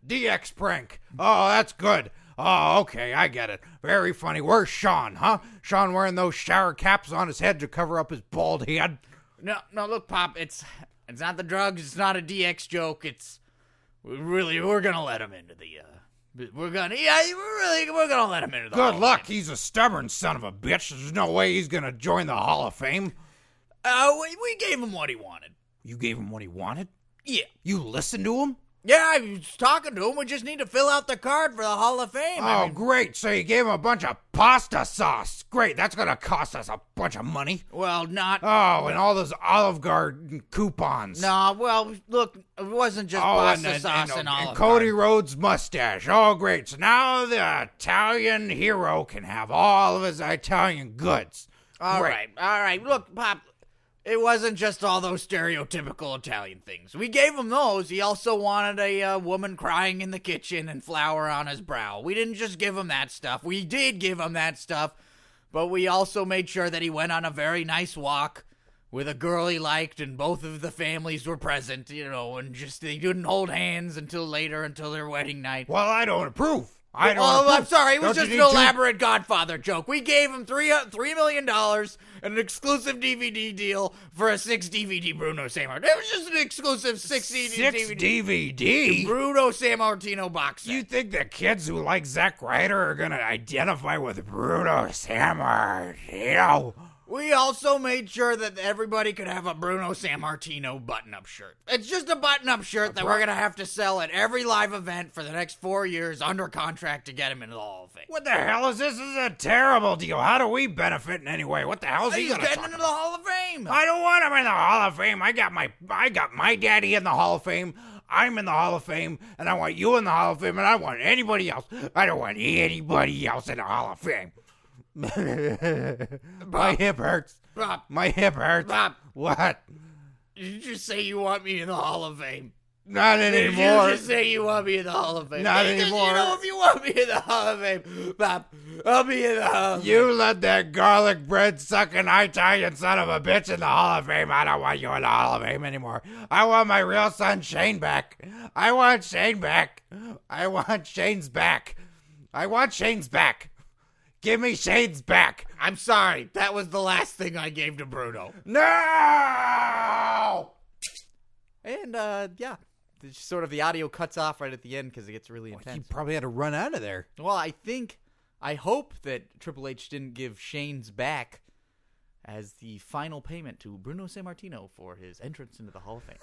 A: DX prank. Oh, that's good. Oh, okay, I get it. Very funny. Where's Sean, huh? Sean wearing those shower caps on his head to cover up his bald head.
B: No, no, look, Pop, it's it's not the drugs, it's not a DX joke, it's we really we're gonna let him into the uh we're gonna yeah, we're really we're gonna let him into the Hall
A: Good
B: of
A: luck.
B: Fame.
A: He's a stubborn son of a bitch. There's no way he's going to join the Hall of Fame.
B: Uh we, we gave him what he wanted.
A: You gave him what he wanted?
B: Yeah.
A: You listened to him?
B: Yeah, I was talking to him. We just need to fill out the card for the Hall of Fame. I
A: Oh,
B: mean,
A: great. So you gave him a bunch of pasta sauce. Great. That's going to cost us a bunch of money.
B: well, not
A: Oh, and all those Olive Garden coupons.
B: no. Well, look, it wasn't just
A: Oh,
B: pasta
A: and,
B: sauce and, all.
A: Cody Rhodes' mustache. Oh, great. So now the Italian hero can have all of his Italian goods.
B: All
A: Great.
B: right, all right. Look, Pop, it wasn't just all those stereotypical Italian things. We gave him those. He also wanted a uh, woman crying in the kitchen and flour on his brow. We didn't just give him that stuff. We did give him that stuff, but we also made sure that he went on a very nice walk with a girl he liked, and both of the families were present. You know, and just they didn't hold hands until later, until their wedding night.
A: Well, I don't approve. I don't.
B: Oh,
A: approve.
B: I'm sorry. It was
A: Don't
B: just
A: you
B: an
A: need to-
B: elaborate Godfather joke. We gave him three uh, three million dollars and an exclusive DVD deal for a six DVD Bruno San Martino. It was just an exclusive six,
A: Six
B: DVD
A: DVD.
B: Bruno San Martino box set.
A: You think the kids who like Zack Ryder are gonna identify with Bruno Sammartino?
B: We also made sure that everybody could have a Bruno San Martino button up shirt. It's just a button up shirt that we're going to have to sell at every live event for the next four years under contract to get him into the Hall of Fame.
C: What the hell is this? This is a terrible deal. How do we benefit in any way? What the hell is he
B: He's
C: gonna
B: getting
C: talk
B: into the
C: about?
B: Hall of Fame.
C: I don't want him in the Hall of Fame. I got my I got my daddy in the Hall of Fame. I'm in the Hall of Fame, and I want you in the Hall of Fame, and I want anybody else. I don't want anybody else in the Hall of Fame. my hip hurts.
B: Rob,
C: My hip hurts.
B: Rob,
C: What?
B: did you just say you want me in the Hall of Fame?
C: Not
B: Did
C: anymore.
B: you just say you want me in the Hall of Fame?
C: Not
B: Because
C: anymore.
B: You know, if you want me in the Hall of Fame, Bob, I'll be in the Hall of
C: You let that garlic bread sucking Italian son of a bitch in the Hall of Fame. I don't want you in the Hall of Fame anymore. I want my real son Shane back. I want Shane back. I want Shane's back. I want Shane's back. Give me Shane's back.
B: I'm sorry. That was the last thing I gave to Bruno.
C: No!
B: And uh, yeah, It's just sort of the audio cuts off right at the end because it gets really
A: He
B: intense.
A: probably had to run out of there.
B: Well, I think, I hope that Triple H didn't give Shane's back as the final payment to Bruno San Martino for his entrance into the Hall of Fame.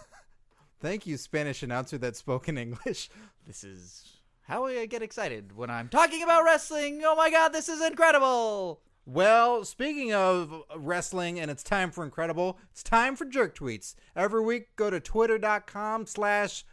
A: Thank you, Spanish announcer that spoke in English.
B: this is how I get excited when I'm talking about wrestling. Oh my God, this is incredible!
A: Well, speaking of wrestling, and it's time for Incredible, it's time for jerk tweets. Every week, go to twitter.com slash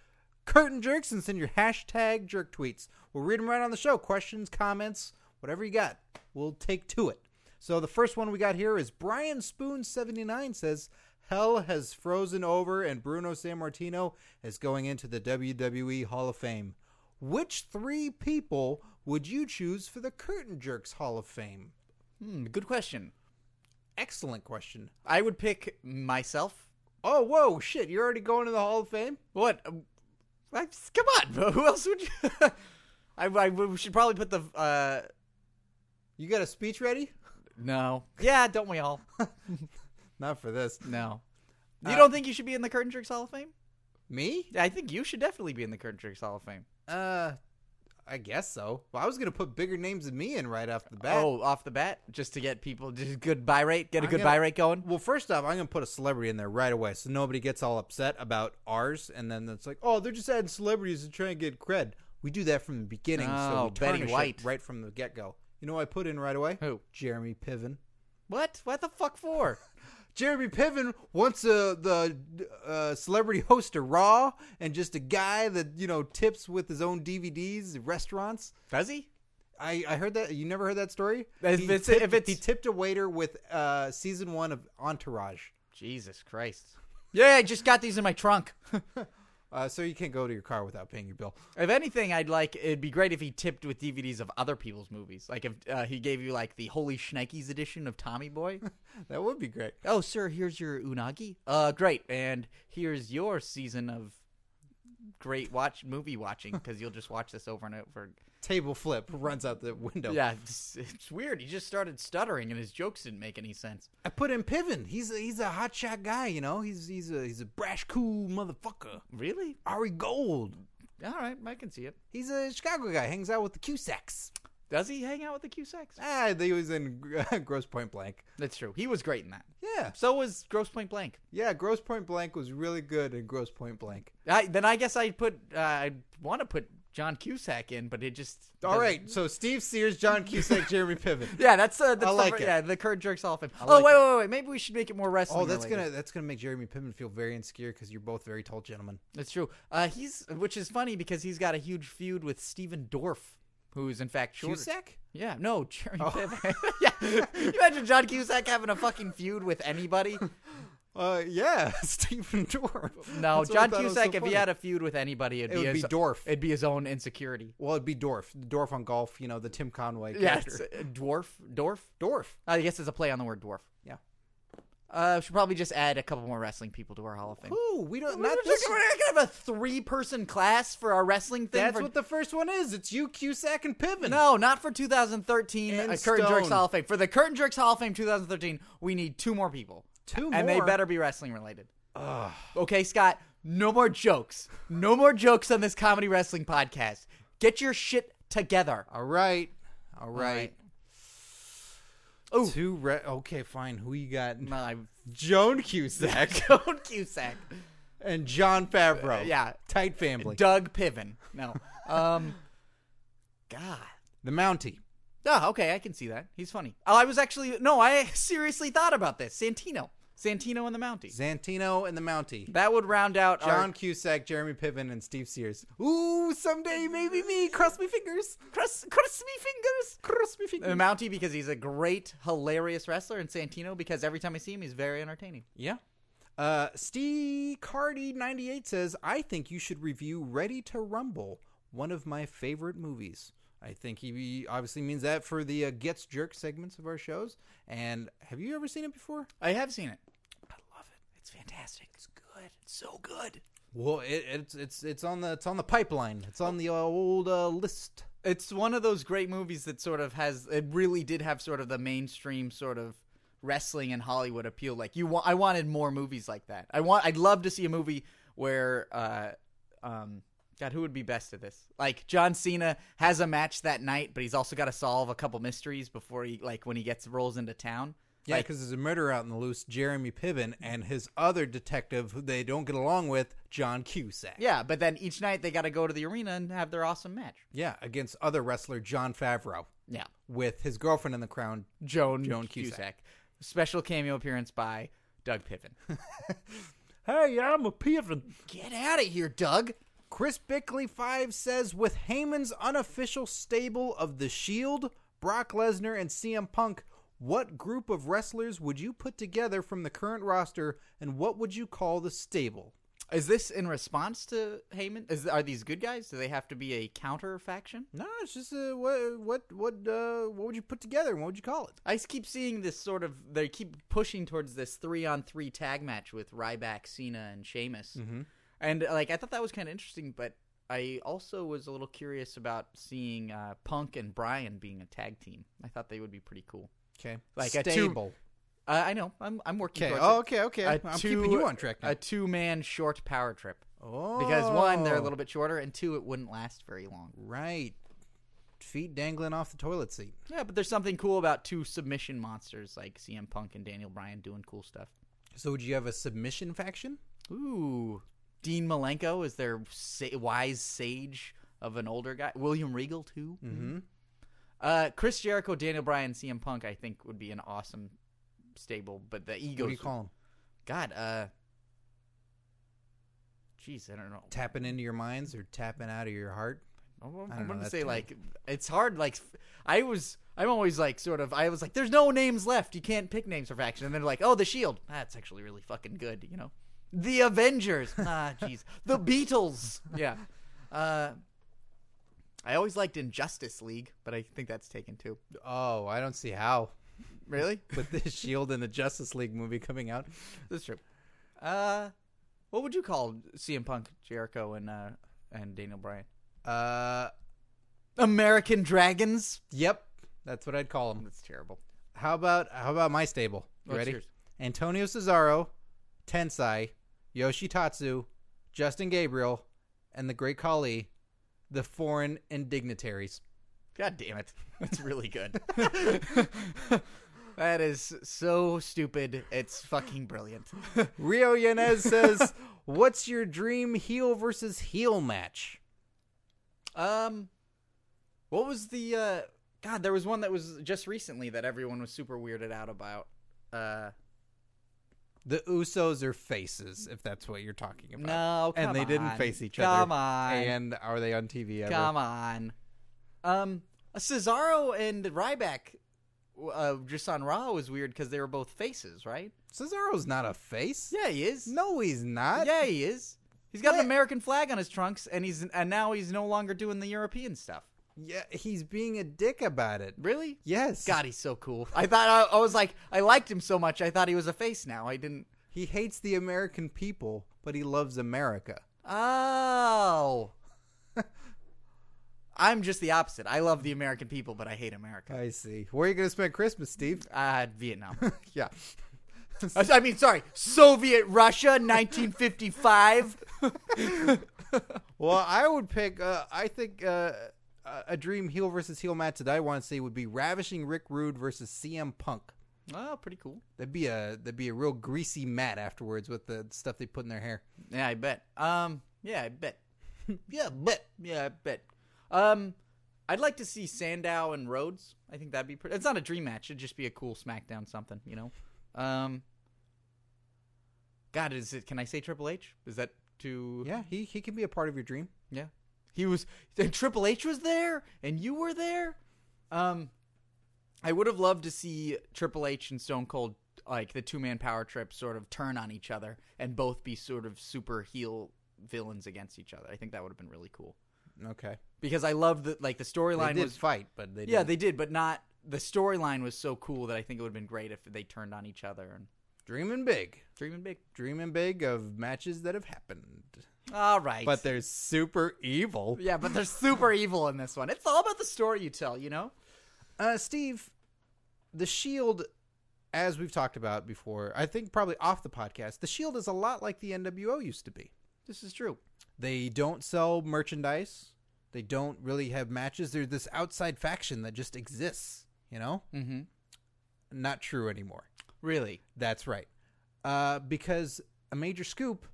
A: curtain jerks and send your hashtag jerk tweets. We'll read them right on the show. Questions, comments, whatever you got, we'll take to it. So the first one we got here is Brian Spoon79 says, Hell has frozen over and Bruno San Martino is going into the WWE Hall of Fame. Which three people would you choose for the Curtain Jerks Hall of Fame?
B: Hmm, good question.
A: Excellent question.
B: I would pick myself.
A: Oh, whoa, shit! You're already going to the Hall of Fame?
B: What? Um, I, come on, who else would you? I, I- we should probably put the uh,
A: You got a speech ready?
B: no. Yeah, don't we all?
A: Not for this.
B: No. You
A: Uh,
B: don't think you should be in the Curtain Jerks Hall of Fame?
A: Me?
B: I think you should definitely be in the Curtain Jerks Hall of Fame.
A: Uh, I guess so. Well, I was gonna put bigger names than me in right off the bat.
B: Oh, off the bat, just to get people just good buy rate, get a
A: I'm
B: good
A: gonna-
B: buy rate going.
A: Well, first off, I'm gonna put a celebrity in there right away, so nobody gets all upset about ours, and then it's like, oh, they're just adding celebrities to try and get cred. We do that from the beginning, so
B: Oh,
A: we
B: Betty
A: tarnish it
B: White.
A: right from the get go. You know, who I put in right away.
B: Who?
A: Jeremy Piven.
B: What? What the fuck for?
A: Jeremy Piven once uh, the uh, celebrity host of Raw and just a guy that you know tips with his own DVDs at restaurants.
B: Does he?
A: I, I heard that you never heard that story.
B: If
A: He
B: it's-
A: tipped,
B: if
A: he
B: it's-
A: tipped a waiter with uh, season one of Entourage,
B: Jesus Christ. Yeah, I just got these in my trunk.
A: uh, so you can't go to your car without paying your bill.
B: if anything, I'd like it'd be great if he tipped with DVDs of other people's movies. Like if uh, he gave you like the Holy Schnikes edition of Tommy Boy.
A: That would be great.
B: oh, sir, here's your unagi. Uh, great, and here's your season of great watch movie watching because you'll just watch this over and over.
A: Table flip runs out the window.
B: Yeah, it's, it's weird. He just started stuttering, and his jokes didn't make any sense.
A: I put in Piven. He's a, he's a hotshot guy. You know, he's he's a he's a brash cool motherfucker.
B: Really?
A: Ari Gold.
B: All right, I can see it.
A: He's a Chicago guy. Hangs out with the Cusacks.
B: Does he hang out with the Q-Sex?
A: Ah, he was in Gross Point Blank.
B: That's true. He was great in that.
A: Yeah,
B: So was Gross Point Blank.
A: yeah. Gross Point Blank was really good in Gross Point Blank.
B: I, then I guess I'd put uh, I'd want to put John Cusack in, but it just
A: All right, so Steve Sears, John Cusack, Jeremy Piven.
B: Yeah, that's uh, that's
A: I
B: the,
A: like it.
B: yeah the current jerks off him.
A: like
B: oh wait, wait, wait, maybe we should make it more wrestling.
A: Oh, that's
B: related.
A: gonna that's gonna make Jeremy Piven feel very insecure because you're both very tall gentlemen.
B: that's true. Uh, he's which is funny because he's got a huge feud with Steven Dorff, who's in fact shorter.
A: Cusack? Oh.
B: Yeah, no, Jeremy Piven. yeah, you imagine John Cusack having a fucking feud with anybody?
A: Uh, yeah, Stephen Dorff.
B: No,
A: That's why I
B: John
A: thought it was
B: Cusack.
A: so
B: if he
A: funny.
B: had a feud with anybody, it'd
A: it would
B: his,
A: be Dorff.
B: It'd be his own insecurity.
A: well, it'd be Dorff. Dorff on golf, you know, the Tim Conway
B: Yeah,
A: character.
B: it's, uh, dwarf, dwarf.
A: Dorff.
B: I guess it's a play on the word dwarf.
A: Yeah.
B: Uh, should probably just add a couple more wrestling people to our Hall of Fame.
A: Ooh, we don't.
B: We're
A: Not
B: just-
A: this.
B: we're not gonna have a three-person class for our wrestling thing.
A: That's
B: for,
A: what the first one is. It's you, Cusack, and Piven.
B: no, not for 2013.
A: And
B: uh, Curtain Jerks
A: Stone.
B: Hall of Fame. For the Curtain Jerks Hall of Fame 2013, we need two more people,
A: two
B: and they
A: more.
B: better be wrestling related. Okay, Scott. No more jokes. No more jokes on this comedy wrestling podcast. Get your shit together.
A: All right, all right.
B: right. Ooh.
A: Two red. Okay, fine. Who you got?
B: My
A: Joan Cusack
B: Joan Cusack.
A: and John Favreau.
B: Yeah.
A: tight family.
B: Doug Piven. No. Um God.
A: the Mountie.
B: Oh, okay, I can see that. He's funny. Oh, I was actually no, I seriously thought about this. Santino. Santino and the Mountie.
A: Santino and the Mountie.
B: That would round out our-
A: John Cusack, Jeremy Piven, and Steve Sears. Ooh, someday maybe me. Cross me fingers.
B: Cross, cross me fingers.
A: Cross me fingers.
B: Uh, Mountie because he's a great, hilarious wrestler, and Santino because every time I see him, he's very entertaining.
A: yeah. Uh, Steve Cardi 98 says, I think you should review Ready to Rumble, one of my favorite movies. I think he obviously means that for the uh, Gets Jerk segments of our shows. And have you ever seen it before?
B: I have seen it. I love it. It's fantastic. It's good. It's so good.
A: Well, it, it's it's it's on the it's on the pipeline. It's on the old uh, list.
B: It's one of those great movies that sort of has. It really did have sort of the mainstream sort of wrestling and Hollywood appeal. Like you, wa- I wanted more movies like that. I want. I'd love to see a movie where, uh, um, God, who would be best at this? Like John Cena has a match that night, but he's also got to solve a couple mysteries before he, like, when he gets rolls into town.
A: Yeah,
B: Like,
A: because there's a murderer out in the loose, Jeremy Piven, and his other detective who they don't get along with, John Cusack.
B: yeah, but then each night they got to go to the arena and have their awesome match.
A: Yeah, against other wrestler John Favreau
B: Yeah.
A: with his girlfriend in the crown.
B: Joan,
A: Joan
B: Cusack.
A: Cusack.
B: Special cameo appearance by Doug Piven.
A: Hey, I'm a Piven.
B: Get out of here, Doug.
A: Chris Bickley five says with Heyman's unofficial stable of the Shield, Brock Lesnar, and CM Punk, what group of wrestlers would you put together from the current roster, and what would you call the stable?
B: Is this in response to Heyman? Is are these good guys? Do they have to be a counter faction?
A: No, it's just uh, what what what uh, what would you put together? and What would you call it?
B: I s- keep seeing this sort of they keep pushing towards this three on three tag match with Ryback, Cena, and Sheamus,
A: Mm-hmm.
B: and like I thought that was kind of interesting, but I also was a little curious about seeing uh, Punk and Bryan being a tag team. I thought they would be pretty cool.
A: Okay,
B: Like a two-
A: stable.
B: Uh, I know I'm I'm working.
A: okay,
B: towards it.
A: oh, okay, okay.
B: A
A: I'm keeping
B: two-
A: you on track now.
B: A two man short power trip
A: oh,
B: because one they're a little bit shorter, and two it wouldn't last very long.
A: right. Feet dangling off the toilet seat.
B: Yeah, but there's something cool about two submission monsters like CM Punk and Daniel Bryan doing cool stuff.
A: So would you have a submission faction?
B: Ooh, Dean Malenko is their sa- wise sage of an older guy. William Regal too.
A: Mm-hmm.
B: Uh, Chris Jericho, Daniel Bryan, CM Punk, I think would be an awesome stable. But the egos.
A: What do you call them?
B: God, uh, jeez, I don't know.
A: Tapping into your minds or tapping out of your heart?
B: I
A: I
B: am
A: don't know,
B: going to
A: that's
B: say
A: tough.
B: like it's hard. Like f- I was, I'm always like sort of. I was like, there's no names left. You can't pick names for faction. And they're like, oh, the Shield. That's actually really fucking good. You know, the Avengers. Ah, jeez, the Beatles. Yeah. Uh, I always liked Injustice League, but I think that's taken too.
A: Oh, I don't see how.
B: Really?
A: With the Shield and the Justice League movie coming out,
B: that's true. Uh, what would you call CM Punk, Jericho, and uh, and Daniel Bryan?
A: uh,
B: American Dragons.
A: yep, that's what I'd call them.
B: That's terrible.
A: How about how about my stable? You
B: What's
A: ready?
B: yours?
A: Antonio Cesaro, Tensai, Yoshitatsu, Justin Gabriel, and the Great Kali, the foreign indignitaries.
B: God damn it. That's really good. that is so stupid. It's fucking brilliant.
A: Rio Yanez says, "What's your dream heel versus heel match?"
B: um what was the uh God, there was one that was just recently that everyone was super weirded out about. Uh
A: The Usos are faces, if that's what you're talking about.
B: no,
A: and
B: come
A: they didn't
B: on.
A: face each
B: Come
A: other.
B: on.
A: And are they on TV ever?
B: Come on. Um Cesaro and Ryback uh, just on Raw was weird cuz they were both faces, right?
A: Cesaro's not a face.
B: Yeah, he is.
A: No, he's not.
B: Yeah, he is. He's got
A: What?
B: an American flag on his trunks, and he's and now he's no longer doing the European stuff.
A: Yeah, he's being a dick about it.
B: Really?
A: Yes.
B: God, he's so cool. I thought I, I was like I liked him so much. I thought he was a face. Now I didn't.
A: He hates the American people, but he loves America.
B: Oh. I'm just the opposite. I love the American people, but I hate America.
A: I see. Where are you going to spend Christmas, Steve?
B: Uh, Vietnam.
A: yeah.
B: I s- I mean, sorry, Soviet Russia, 1955.
A: Well, I would pick. Uh, I think uh, uh, a dream heel versus heel match that I want to see would be Ravishing Rick Rude versus CM Punk.
B: Oh, pretty cool.
A: That'd be a that'd be a real greasy mat afterwards with the stuff they put in their hair.
B: Yeah, I bet. Um, yeah, I bet. yeah, bet. Yeah, I bet. Um, I'd like to see Sandow and Rhodes. I think that'd be pretty. It's not a dream match. It'd just be a cool SmackDown something, you know. Um, God, is it? Can I say Triple H? Is that too?
A: Yeah, he he can be a part of your dream.
B: Yeah. He was and Triple H was there and you were there. Um I would have loved to see Triple H and Stone Cold like the two man power trip sort of turn on each other and both be sort of super heel villains against each other. I think that would have been really cool.
A: Okay,
B: Because I love that like the
A: they
B: storyline
A: did
B: was
A: fight, but they
B: Yeah,
A: didn't.
B: they did, but not the storyline was so cool that I think it would have been great if they turned on each other and
A: dreaming big,
B: dreaming big.
A: dreaming big of matches that have happened,
B: All right.
A: but they're super evil.
B: yeah, but they're super evil in this one. It's all about the story you tell, you know?
A: Uh, Steve, the Shield, as we've talked about before, I think probably off the podcast, the Shield is a lot like the NWO used to be.
B: This is true.
A: They don't sell merchandise. They don't really have matches. They're this outside faction that just exists. You know,
B: Mm-hmm.
A: not true anymore.
B: Really?
A: That's right. Uh, because a major scoop,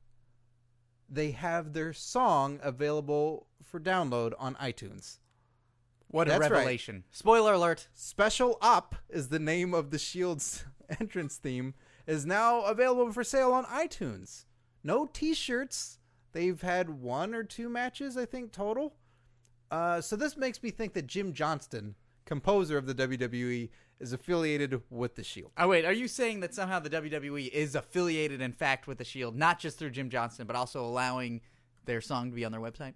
A: they have their song available for download on iTunes.
B: What
A: That's
B: a
A: right.
B: revelation. Spoiler alert.
A: Special Op is the name of the Shield's entrance theme, is now available for sale on iTunes. No t shirts. They've had one or two matches, I think, total. Uh, so this makes me think that Jim Johnston, composer of the WWE, is affiliated with the Shield.
B: Oh wait, are you saying that somehow the WWE is affiliated in fact with the Shield, not just through Jim Johnston, but also allowing their song to be on their website?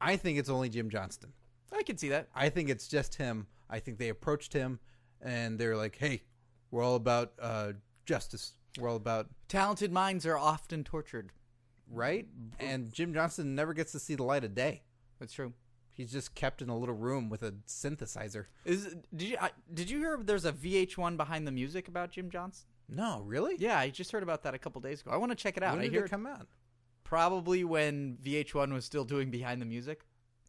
A: I think it's only Jim Johnston.
B: I can see that.
A: I think it's just him. I think they approached him and they're like, "Hey, we're all about uh, justice. We're all about
B: Talented minds are often tortured.
A: right." And Jim Johnson never gets to see the light of day.
B: That's true.
A: He's just kept in a little room with a synthesizer.
B: Is did you I, did you hear there's a VH1 behind the music about Jim Johnston?
A: No, really?
B: Yeah, I just heard about that a couple days ago. I want to check it out.
A: When
B: I
A: did
B: hear
A: it come out?
B: probably when VH1 was still doing behind the music.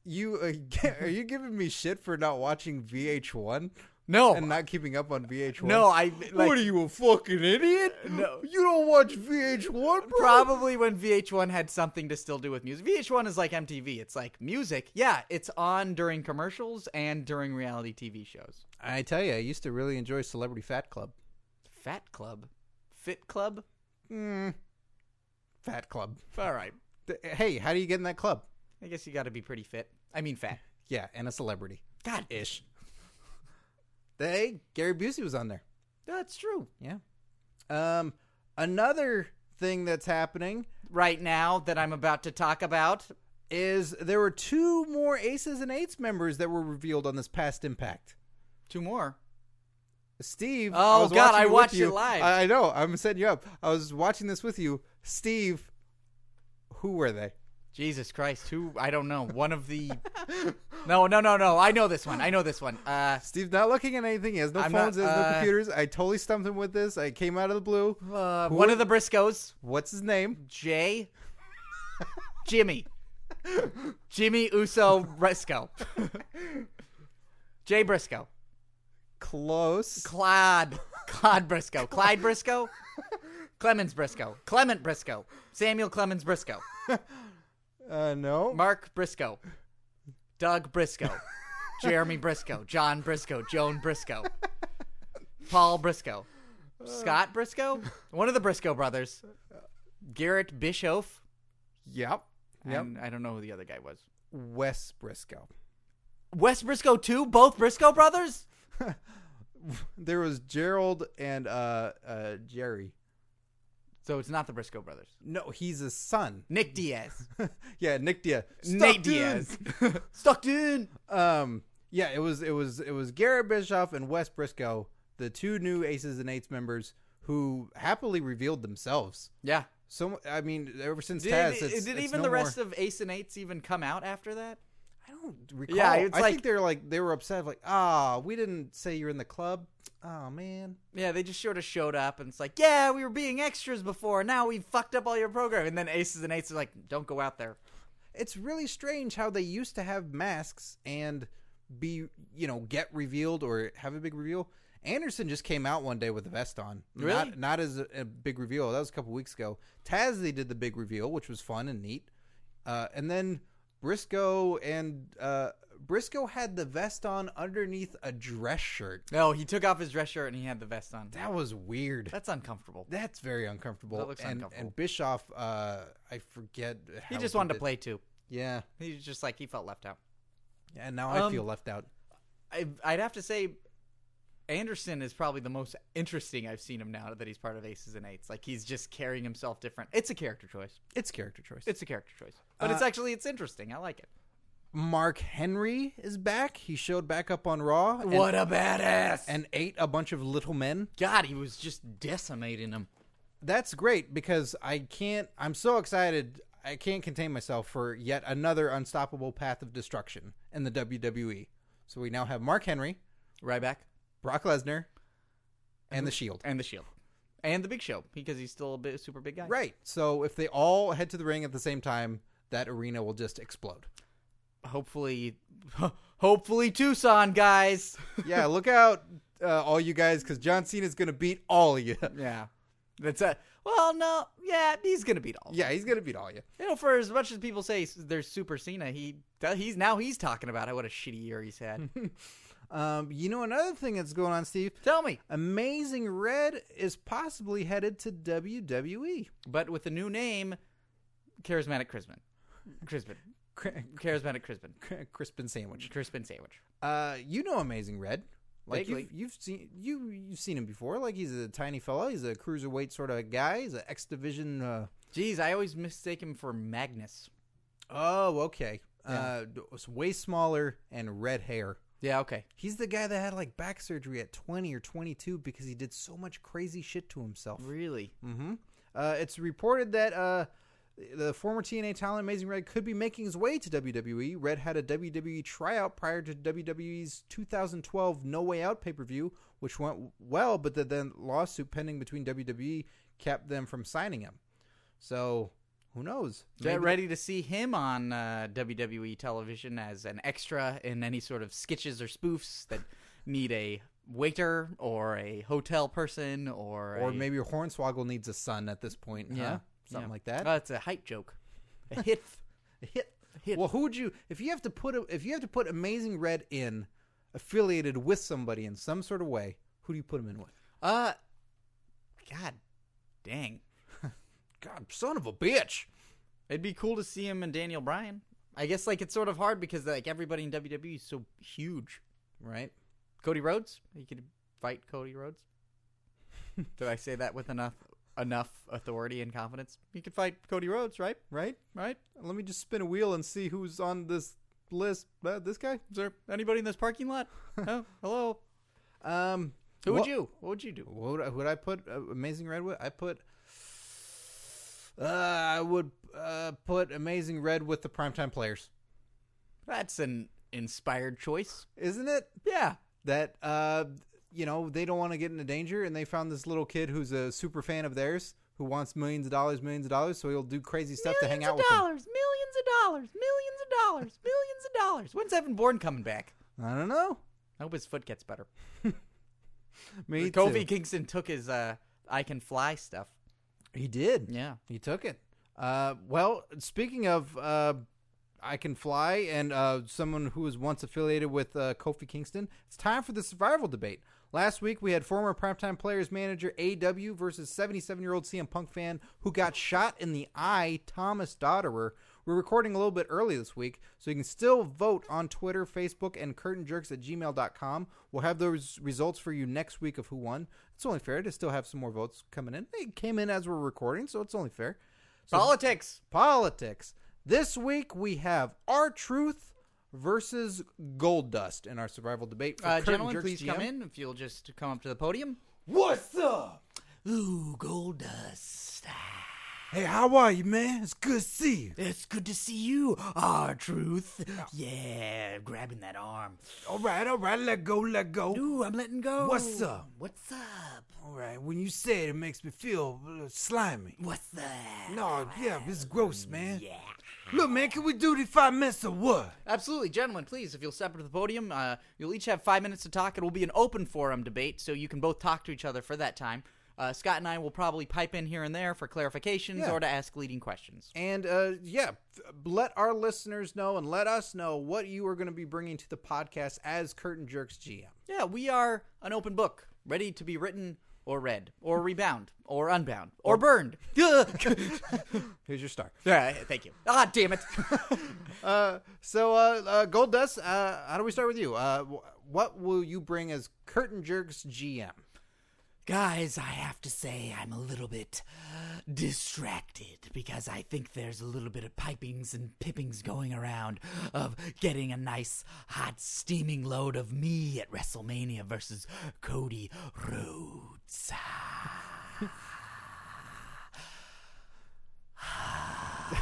A: You uh, g- are you giving me shit for not watching VH1
B: No,
A: and not keeping up on VH1?
B: no, I like,
A: what are you a fucking idiot?
B: No.
A: you don't watch VH1, bro.
B: Probably when VH1 had something to still do with music. VH1 is like MTV. It's like music. Yeah, it's on during commercials and during reality TV shows.
A: I tell you, I used to really enjoy Celebrity Fat Club.
B: Fat Club, Fit Club.
A: Mm. Fat Club.
B: All right,
A: Th- Hey, how do you get in that club?
B: I guess you got to be pretty fit. I mean, fat.
A: Yeah, and a celebrity.
B: God,
A: Ish. They Gary Busey was on there.
B: that's true.
A: Yeah. Um another thing that's happening
B: Right now that I'm about to talk about.
A: is there were two more Aces and Eights members that were revealed on this past impact.
B: Two more.
A: Steve,
B: Oh,
A: I was
B: God,
A: watching
B: I
A: with
B: watched it
A: you.
B: live.
A: I, I know, I'm setting you up. I was watching this with you. Steve, who were they?
B: Jesus Christ, who? I don't know. One of the. No, no, no, no. I know this one. I know this one. Uh,
A: Steve's not looking at anything. He has no
B: I'm
A: phones,
B: not-
A: he has no
B: uh,
A: computers. I totally stumped him with this. I came out of the blue.
B: uh,
A: Who
B: one
A: are-
B: of the Briscoes.
A: What's his name?
B: Jay, Jimmy, Jimmy Uso Briscoe, Jay Briscoe,
A: Close.
B: Clyde, Clyde Briscoe, Clyde Briscoe, Clemens Briscoe, Clement Briscoe, Samuel Clemens Briscoe,
A: Uh, no.
B: Mark Briscoe, Doug Briscoe, Jeremy Briscoe, John Briscoe, Joan Briscoe, Paul Briscoe, Scott Briscoe, one of the Briscoe brothers, Garrett Bischoff,
A: yep. Yep.
B: and I don't know who the other guy was.
A: Wes Briscoe.
B: West Briscoe too? Both Briscoe brothers?
A: There was Gerald and uh, uh, Jerry.
B: So it's not the Briscoe brothers.
A: No, he's his son.
B: Nick Diaz.
A: yeah, Nick Diaz.
B: Nate
A: Stuck
B: Diaz.
A: in!
B: Stockton.
A: um, yeah, it was it was it was Garrett Bischoff and Wes Briscoe, the two new Aces and Eights members who happily revealed themselves.
B: Yeah.
A: So I mean, ever since
B: Did,
A: Taz,
B: it-
A: it's-
B: did
A: it's
B: even
A: no
B: the
A: more-
B: rest of Ace and Eights even come out after that?
A: I don't recall.
B: Yeah, it's
A: I think
B: like-
A: they're like they were upset, like ah, we didn't say you're in the club. Oh man.
B: Yeah, they just sort of showed up and it's like, yeah, we were being extras before. Now we fucked up all your programming. And then Aces and Eights are like, don't go out there.
A: it's really strange how they used to have masks and be you know get revealed or have a big reveal. Anderson just came out one day with a vest on.
B: Really?
A: Not, not as a, a big reveal. That was a couple weeks ago. Taz they did the big reveal, which was fun and neat. Uh, and then Briscoe and uh, Briscoe had the vest on underneath a dress shirt.
B: No, he took off his dress shirt and he had the vest on.
A: That was weird.
B: That's uncomfortable.
A: That's very uncomfortable.
B: That looks
A: and,
B: uncomfortable.
A: And Bischoff, uh, I forget.
B: He
A: how
B: just wanted to
A: did-
B: play too.
A: Yeah,
B: He was just like he felt left out.
A: and now I
B: Um,
A: feel left out.
B: I, I'd have to say, Anderson is probably the most interesting I've seen him now that he's part of Aces and Eights. Like he's just carrying himself different. It's a character choice.
A: It's character choice.
B: It's a character choice, but it's actually it's interesting. I like it.
A: Mark Henry is back. He showed back up on Raw. and-
B: a badass! And
A: And ate a bunch of little men.
B: God, he was just decimating him.
A: That's great because I can't. I'm so excited. I can't contain myself for yet another unstoppable path of destruction in the WWE. So we now have Mark Henry,
B: Ryback
A: Brock Lesnar, and The Shield.
B: and the Shield, and the Big Show because he's still a bit, super big guy.
A: Right. So if they all head to the ring at the same time, that arena will just explode.
B: Hopefully, hopefully Tucson guys.
A: yeah, look out, uh, all you guys, because John Cena's going to beat all of you.
B: yeah, that's a well. No, yeah, he's gonna beat all.
A: yeah, he's going to beat all of you.
B: You know, for as much as people say s- there's Super Cena, he he's now he's talking about how what a shitty year he's had.
A: Um, you know, another thing that's going on, Steve
B: Tell me,
A: Amazing Red is possibly headed to E. WWE.
B: but with the new name, Charismatic Crispin, Crispin,
A: Cri-
B: Charismatic Crispin,
A: cri- Crispin sandwich.
B: Crispin sandwich.
A: Uh, you know Amazing Red. Like
B: Vaguely.
A: you've, you've seen you you've seen him before. Like he's a tiny fella. He's a cruiserweight sort of guy. He's an X division. Uh,
B: Jeez, I always mistake him for Magnus.
A: oh, okay. Uh, d- was way smaller and red hair.
B: Yeah, okay.
A: He's the guy that had like back surgery at 20 or 22 because he did so much crazy shit to himself.
B: Really?
A: Mm-hmm. Uh, it's reported that uh, the former TNA talent Amazing Red could be making his way to WWE. Red had a WWE tryout prior to WWE's 2012 No Way Out pay per view, which went well, but the then lawsuit pending between WWE kept them from signing him. So who knows?
B: Get
A: Maybe-
B: ready to see him on uh, WWE television as an extra in any sort of sketches or spoofs that need a waiter or a hotel person or
A: Or
B: a,
A: maybe Hornswoggle needs a son at this point. Yeah.
B: Yeah.
A: Something
B: Yeah.
A: like that.
B: Oh, it's a hype joke. A hit.
A: hit.
B: Hit.
A: Well, who would you if you have to put a, if you have to put Amazing Red in affiliated with somebody in some sort of way? Who do you put him in with?
B: Uh, God dang.
A: God, son of a bitch!
B: It'd be cool to see him and Daniel Bryan. I guess like it's sort of hard because like everybody in WWE is so huge.
A: Right?
B: Cody Rhodes, he could fight Cody Rhodes. Did I say that with enough enough authority and confidence? He could fight Cody Rhodes, right?
A: Right?
B: Right?
A: Let me just spin a wheel and see who's on this list. Uh, this guy?
B: Is there anybody in this parking lot? oh, hello.
A: Um,
B: Who
A: wha-
B: would you? What would you do?
A: What would I, would I put uh, Amazing Red with? I put. Uh, I would uh, put Amazing Red with the primetime players,
B: That's an inspired choice.
A: isn't it?
B: Yeah.
A: that uh you know they don't want to get into danger and they found this little kid who's a super fan of theirs who wants millions of dollars millions of dollars so he'll do crazy stuff to hang out with them
B: dollars, millions of dollars, millions of dollars, millions of dollars. When's Evan Bourne coming back?
A: i don't know
B: I hope his foot gets better.
A: me too.
B: Kofi Kingston took his uh, "I can fly" stuff.
A: he did
B: Yeah,
A: he took it uh well speaking of uh I can fly, and uh, someone who was once affiliated with uh, Kofi Kingston. It's time for the survival debate. Last week, we had former primetime players manager AW versus 77 year old CM Punk fan who got shot in the eye, Thomas Dodderer. We're recording a little bit early this week, so you can still vote on Twitter, Facebook, and curtainjerks at gmail.com. We'll have those results for you next week of who won. It's only fair to still have some more votes coming in. They came in as we're recording, so it's only fair
B: politics.
A: politics. This week we have our truth versus gold dust in our survival debate. For
B: Uh,
A: Curtain
B: gentlemen,
A: Jerks
B: please come
A: GM.
B: in if you'll just come up to the podium.
C: What's up?
B: Ooh, gold dust.
C: Hey, how are you, man? It's good to see you.
B: It's good to see you, our truth. Yeah, grabbing that arm.
C: All right, all right, let go, let go.
B: Ooh, I'm letting go.
C: What's up?
B: What's up?
C: All right, when you say it, it makes me feel uh, slimy.
B: What's up?
C: No, yeah, it's gross, man.
B: Mm, Yeah.
A: Look, man, can we do these five minutes or what?
B: Absolutely, gentlemen, please, if you'll step up to the podium, uh, you'll each have five minutes to talk. It will be an open forum debate, so you can both talk to each other for that time. Uh, Scott and I will probably pipe in here and there for clarifications
C: Yeah.
B: or to ask leading questions.
C: And uh, yeah, th- let our listeners know and let us know what you are going to be bringing to the podcast as Curtain Jerks GM.
B: Yeah, we are an open book, ready to be written or read or rebound or unbound or burned.
C: Here's your star.
B: Yeah, thank you. Ah, damn it.
C: Uh, so, uh, uh, Gold Dust, uh, how do we start with you? Uh, wh- what will you bring as Curtain Jerks GM?
B: Guys, I have to say I'm a little bit uh, distracted because I think there's a little bit of pipings and pippings going around of getting a nice hot steaming load of me at WrestleMania versus Cody Rhodes.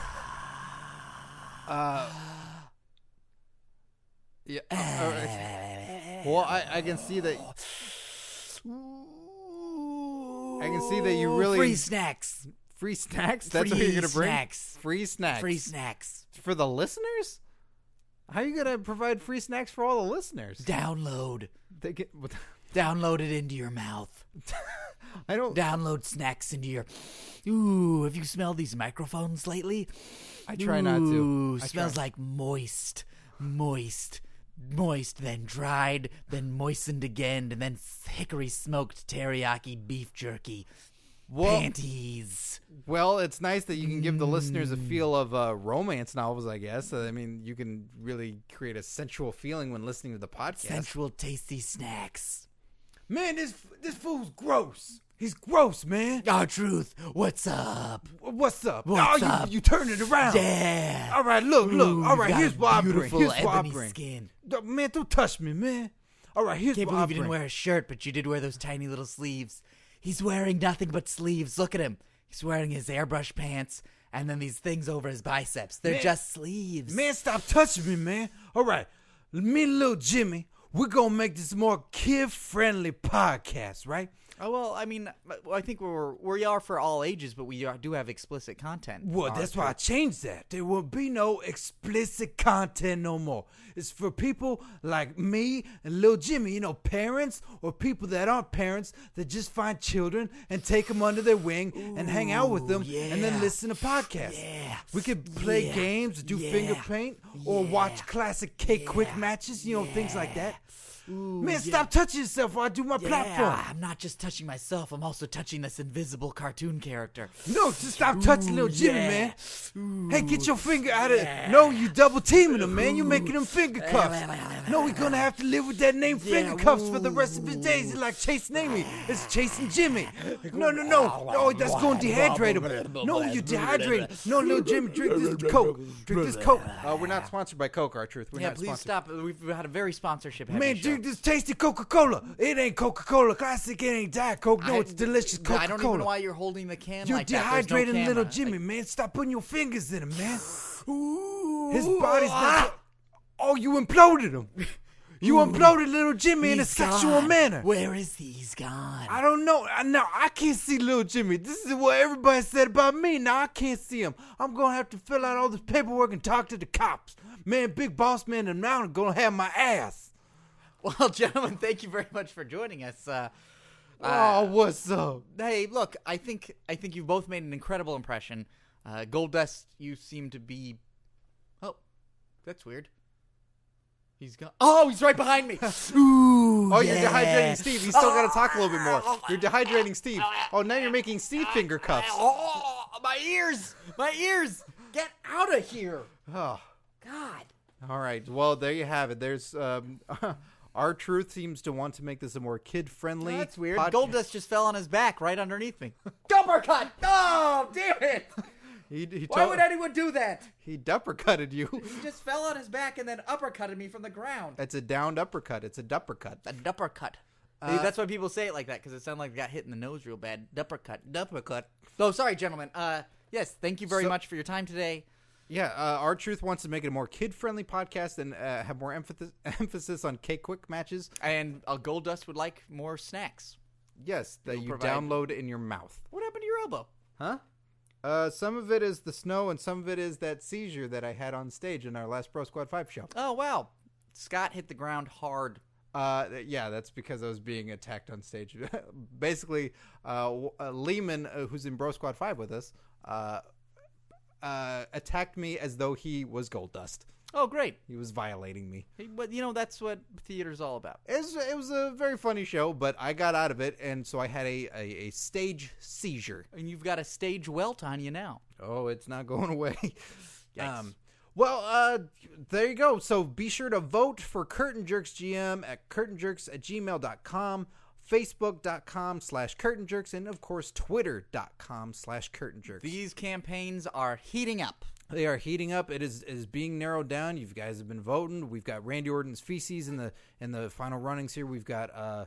C: Yeah. uh, well, I, I can see that. I can see that you really-
B: free snacks.
C: Free snacks? That's what
B: Free
C: you're going to bring?
B: snacks.
C: Free snacks.
B: Free snacks.
C: for the listeners? How are you going to provide free snacks for all the listeners?
B: Download.
C: They get,
B: Download it into your mouth.
C: I don't.
B: download snacks into your. Ooh, have you smelled these microphones lately?
C: I try not to.
B: Ooh,
C: I
B: smells
C: try.
B: like moist, moist, moist, then dried, then moistened again, and then hickory smoked teriyaki beef jerky.
C: Well,
B: Panties.
C: well, it's nice that you can give the listeners a feel of uh, romance novels, I guess. I mean, you can really create a sensual feeling when listening to the podcast.
B: Sensual, tasty snacks.
A: Man, this this fool's gross. He's gross, man.
B: Our Ah, truth. What's up?
A: What's up?
B: What's
A: oh,
B: up?
A: You, you turn it around.
B: Yeah.
A: All right, Oh, look,
B: Ooh,
A: look. All
B: you've
A: right,
B: got
A: here's
B: a
A: what I bring.
B: beautiful
A: Here's what I
B: ebony
A: bring.
B: skin.
A: D- Man, don't touch me, man. All right, here's
B: Can't
A: what I
B: believe you
A: bring.
B: didn't wear a shirt, but you did wear those tiny little sleeves. He's wearing nothing but sleeves. Look at him. He's wearing his airbrush pants and then these things over his biceps. They're
A: Man-
B: just sleeves.
A: Man, stop touching me, man. All right, me and little Jimmy, we're gonna make this more kid-friendly podcast, right?
B: Oh well, I mean, I think we're we are for all ages, but we do have explicit content.
A: Well, that's why I changed that. There will be no explicit content no more. It's for people like me and Lil Jimmy, you know, parents or people that aren't parents that just find children and take them under their wing and hang out with them and
B: yeah.
A: then listen to podcasts.
B: Yeah.
A: We could play
B: Yeah.
A: games, do finger
B: Yeah.
A: paint, or watch classic K quick
B: Yeah.
A: matches, you know, things like that. Man,
B: yeah.
A: stop touching yourself while I do my platform.
B: Yeah, I'm not just touching myself. I'm also touching this invisible cartoon character.
A: No, just stop touching little Jimmy,
B: yeah.
A: man. Hey, get your finger out of No, you double teaming him, man. You're making him finger cuffs. No, we're gonna have to live with that name finger cuffs for the rest of his days. It's like chasing Amy. It's chasing Jimmy. No, no, no. Oh, that's gonna dehydrate him. No, you're dehydrated. No, little Jimmy, drink this Coke. Drink this Coke.
C: Uh, we're not sponsored by Coke, our truth. We're
B: yeah,
C: not
B: please
C: sponsored.
B: stop. We've had a very sponsorship.
A: Man, drink this tasty Coca Cola. It ain't Coca Cola Classic. It ain't Diet Coke. No, it's delicious Coca Cola.
B: I don't even know why you're holding the can
A: You're
B: like that. There's no
A: dehydrating little
B: camera.
A: Jimmy, man. Stop putting your fingers in him, man.
B: Ooh, Ah!
A: His body's not. Oh, you imploded him. You imploded little Jimmy in a
B: he's
A: sexual
B: gone.
A: manner.
B: Where is he? He's gone.
A: I don't know. I- Now I can't see little Jimmy. This is what everybody said about me. Now I can't see him. I'm gonna have to fill out all this paperwork and talk to the cops. Man, big boss man and mountain gonna have my ass.
B: Well, gentlemen, thank you very much for joining us. Uh,
A: oh, what's up?
B: hey, look, I think I think you've both made an incredible impression. Uh, Goldust, you seem to be. Oh, that's weird. He's gone. Oh, he's right behind me. Ooh,
C: Oh, you're dehydrating Steve. You still got to talk a little bit more. You're dehydrating Steve. Oh, now you're making Steve finger cuffs.
B: Oh, my ears, my ears. Get out of here.
C: Oh.
B: God.
C: All right. Well, there you have it. There's um, our truth seems to want to make this a more kid friendly.
B: That's weird. Goldust just fell on his back right underneath me. cut. Oh, damn it!
C: He, he,
B: Why
C: told-
B: would anyone do that?
C: he duppercutted you.
B: He just fell on his back and then uppercutted me from the ground.
C: That's a downed uppercut. It's a duppercut.
B: A duppercut. Uh, See, that's why people say it like that because it sounded like they got hit in the nose real bad. Duppercut. Duppercut. Oh, sorry, gentlemen. Uh, yes, thank you very
C: So-
B: much for your time today.
C: Yeah, uh, our truth wants to make it a more kid friendly podcast and uh, have more emphasis emphasis on K quick matches.
B: And uh, Gold Dust would like more snacks.
C: Yes, that you
B: provide-
C: download in your mouth.
B: What happened to your elbow?
C: Huh? Uh, some of it is the snow, and some of it is that seizure that I had on stage in our last Pro Squad 5 show.
B: Oh wow, Scott hit the ground hard.
C: Uh, th- yeah, that's because I was being attacked on stage. Basically, uh, w- uh, Lehman, uh, who's in Bro Squad 5 with us, uh, uh, attacked me as though he was gold dust.
B: Oh great,
C: He was violating me.
B: Hey, but you know that's what theater's all about.
C: It was, it was a very funny show, but I got out of it, and so I had a, a, a stage seizure.
B: And you've got a stage welt on you now.
C: Oh, it's not going away. Um,
B: Yikes.
C: well, uh, there you go. So be sure to vote for Curtain Jerks GM at curtainjerks at gmail.com, facebook.com slash curtain jerks, and of course, twitter.com slash curtain jerks.
B: These campaigns are heating up.
C: They are heating up. It is it is being narrowed down. You guys have been voting. We've got Randy Orton's feces in the in the final runnings here. We've got uh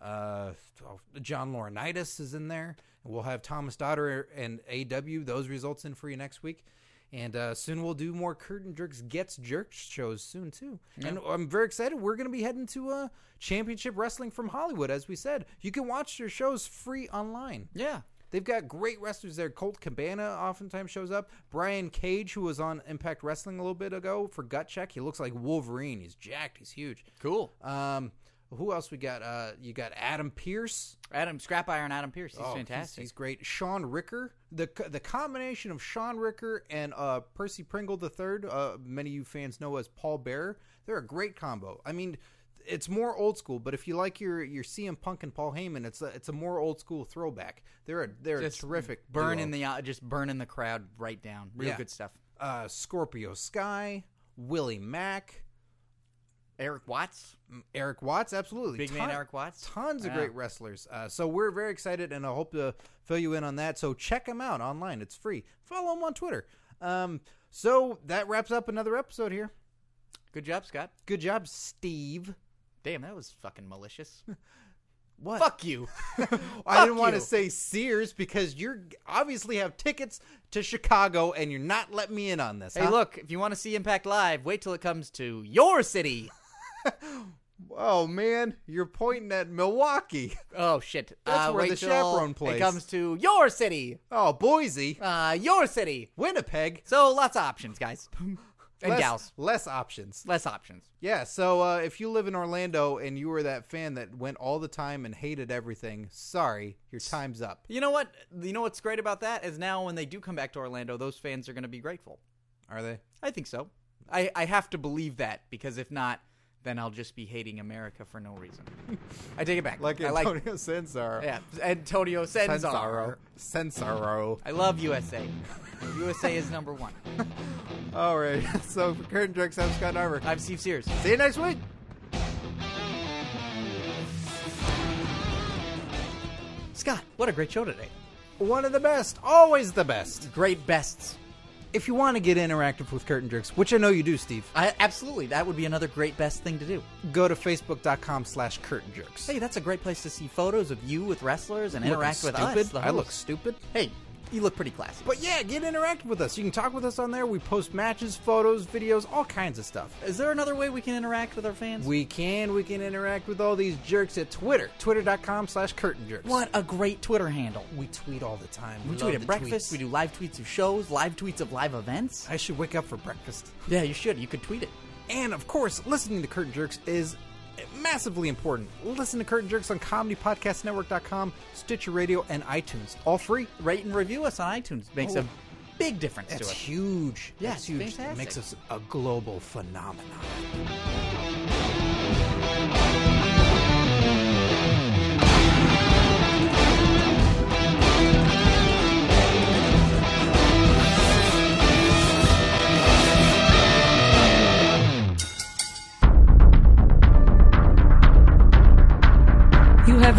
C: uh oh, John Laurinaitis is in there. We'll have Thomas Dotter and AW those results in for you next week. And uh, soon we'll do more Curtain Jerks Gets Jerks shows soon too. And I'm very excited. We're going to be heading to uh, Championship Wrestling from Hollywood, as we said. You can watch their shows free online.
B: Yeah.
C: They've got great wrestlers there. Colt Cabana oftentimes shows up. Brian Cage, who was on Impact Wrestling a little bit ago for Gut Check, he looks like Wolverine. He's jacked. He's huge.
B: Cool.
C: Um, who else we got? Uh, you got Adam Pierce.
B: Adam Scrap Iron Adam Pierce. He's
C: Oh,
B: fantastic.
C: He's, he's great. Sean Ricker. The co- the combination of Sean Ricker and uh, Percy Pringle the third, uh, many of you fans know as Paul Bearer, they're a great combo. I mean, it's more old school, but if you like your your CM Punk and Paul Heyman, it's a, it's a more old school throwback. They're a they're
B: Just
C: a terrific. duo.
B: burning the uh, just burning the crowd right down. Real
C: Yeah.
B: good stuff.
C: uh, Scorpio Sky, Willie Mack,
B: Eric Watts,
C: Eric Watts, absolutely.
B: big man Eric Watts.
C: Tons of
B: Yeah.
C: great wrestlers. Uh, so we're very excited, and I hope to fill you in on that. So check them out online. It's free. Follow them on Twitter. Um, so that wraps up another episode here.
B: Good job, Scott.
C: Good job, Steve.
B: Damn, that was fucking malicious.
C: What?
B: Fuck you.
C: I didn't
B: fuck
C: want to
B: you.
C: say Sears because you're obviously have tickets to Chicago, and you're not letting me in on this.
B: hey,
C: huh?
B: look, if you want to see Impact Live, wait till it comes to your city.
C: Oh man, you're pointing at Milwaukee.
B: Oh shit.
C: That's
B: Uh,
C: where
B: wait
C: the
B: till
C: chaperone
B: It
C: plays.
B: comes to your city.
C: Oh, Boise,
B: Uh, your city.
C: Winnipeg.
B: So lots of options, guys. and
C: less,
B: gals.
C: Less options.
B: Less options.
C: Yeah, so uh, if you live in Orlando and you were that fan that went all the time and hated everything, sorry, your time's up.
B: You know what? You know what's great about that is now when they do come back to Orlando, those fans are going to be grateful.
C: Are they?
B: I think so. I, I have to believe that because if not, then I'll just be hating America for no reason. I take it back.
C: Like
B: I
C: Antonio
B: like
C: Censaro.
B: yeah, Antonio Censaro.
C: Censaro. Censaro.
B: I love USA. USA is number one.
C: all right, so for Curtain Jerks, I'm Scott Narver.
B: I'm Steve Sears.
C: See you next week.
B: Scott, what a great show today.
C: One of the best, always the best.
B: Great bests.
C: If you want to get interactive with Curtain Jerks, which I know you do, Steve,
B: I, absolutely, that would be another great best thing to do.
C: go to facebook.com slash curtain jerks.
B: Hey, that's a great place to see photos of you with wrestlers and
C: Looking
B: interact with
C: stupid.
B: us. the
C: I look
B: hosts.
C: stupid.
B: Hey, you look pretty classy.
C: But yeah, get interactive with us. You can talk with us on there. We post matches, photos, videos, all kinds of stuff.
B: Is there another way we can interact with our fans?
C: We can. We can interact with all these jerks at Twitter. Twitter.com slash curtain jerks.
B: what a great Twitter handle.
C: We tweet all the time.
B: We
C: love
B: tweet at
C: the
B: breakfast.
C: tweets.
B: We do live tweets of shows, live tweets of live events.
C: I should wake up for breakfast.
B: Yeah, you should. You could tweet it.
C: And of course, listening to Curtain Jerks is massively important. Listen to Curtain Jerks on ComedyPodcastNetwork.com, Stitcher Radio, and iTunes. All free.
B: Rate and review us on iTunes. Makes
C: Oh.
B: a big difference to
C: That's
B: us.
C: huge.
B: Yeah,
C: That's huge.
B: fantastic.
C: It makes us a global phenomenon.
D: You have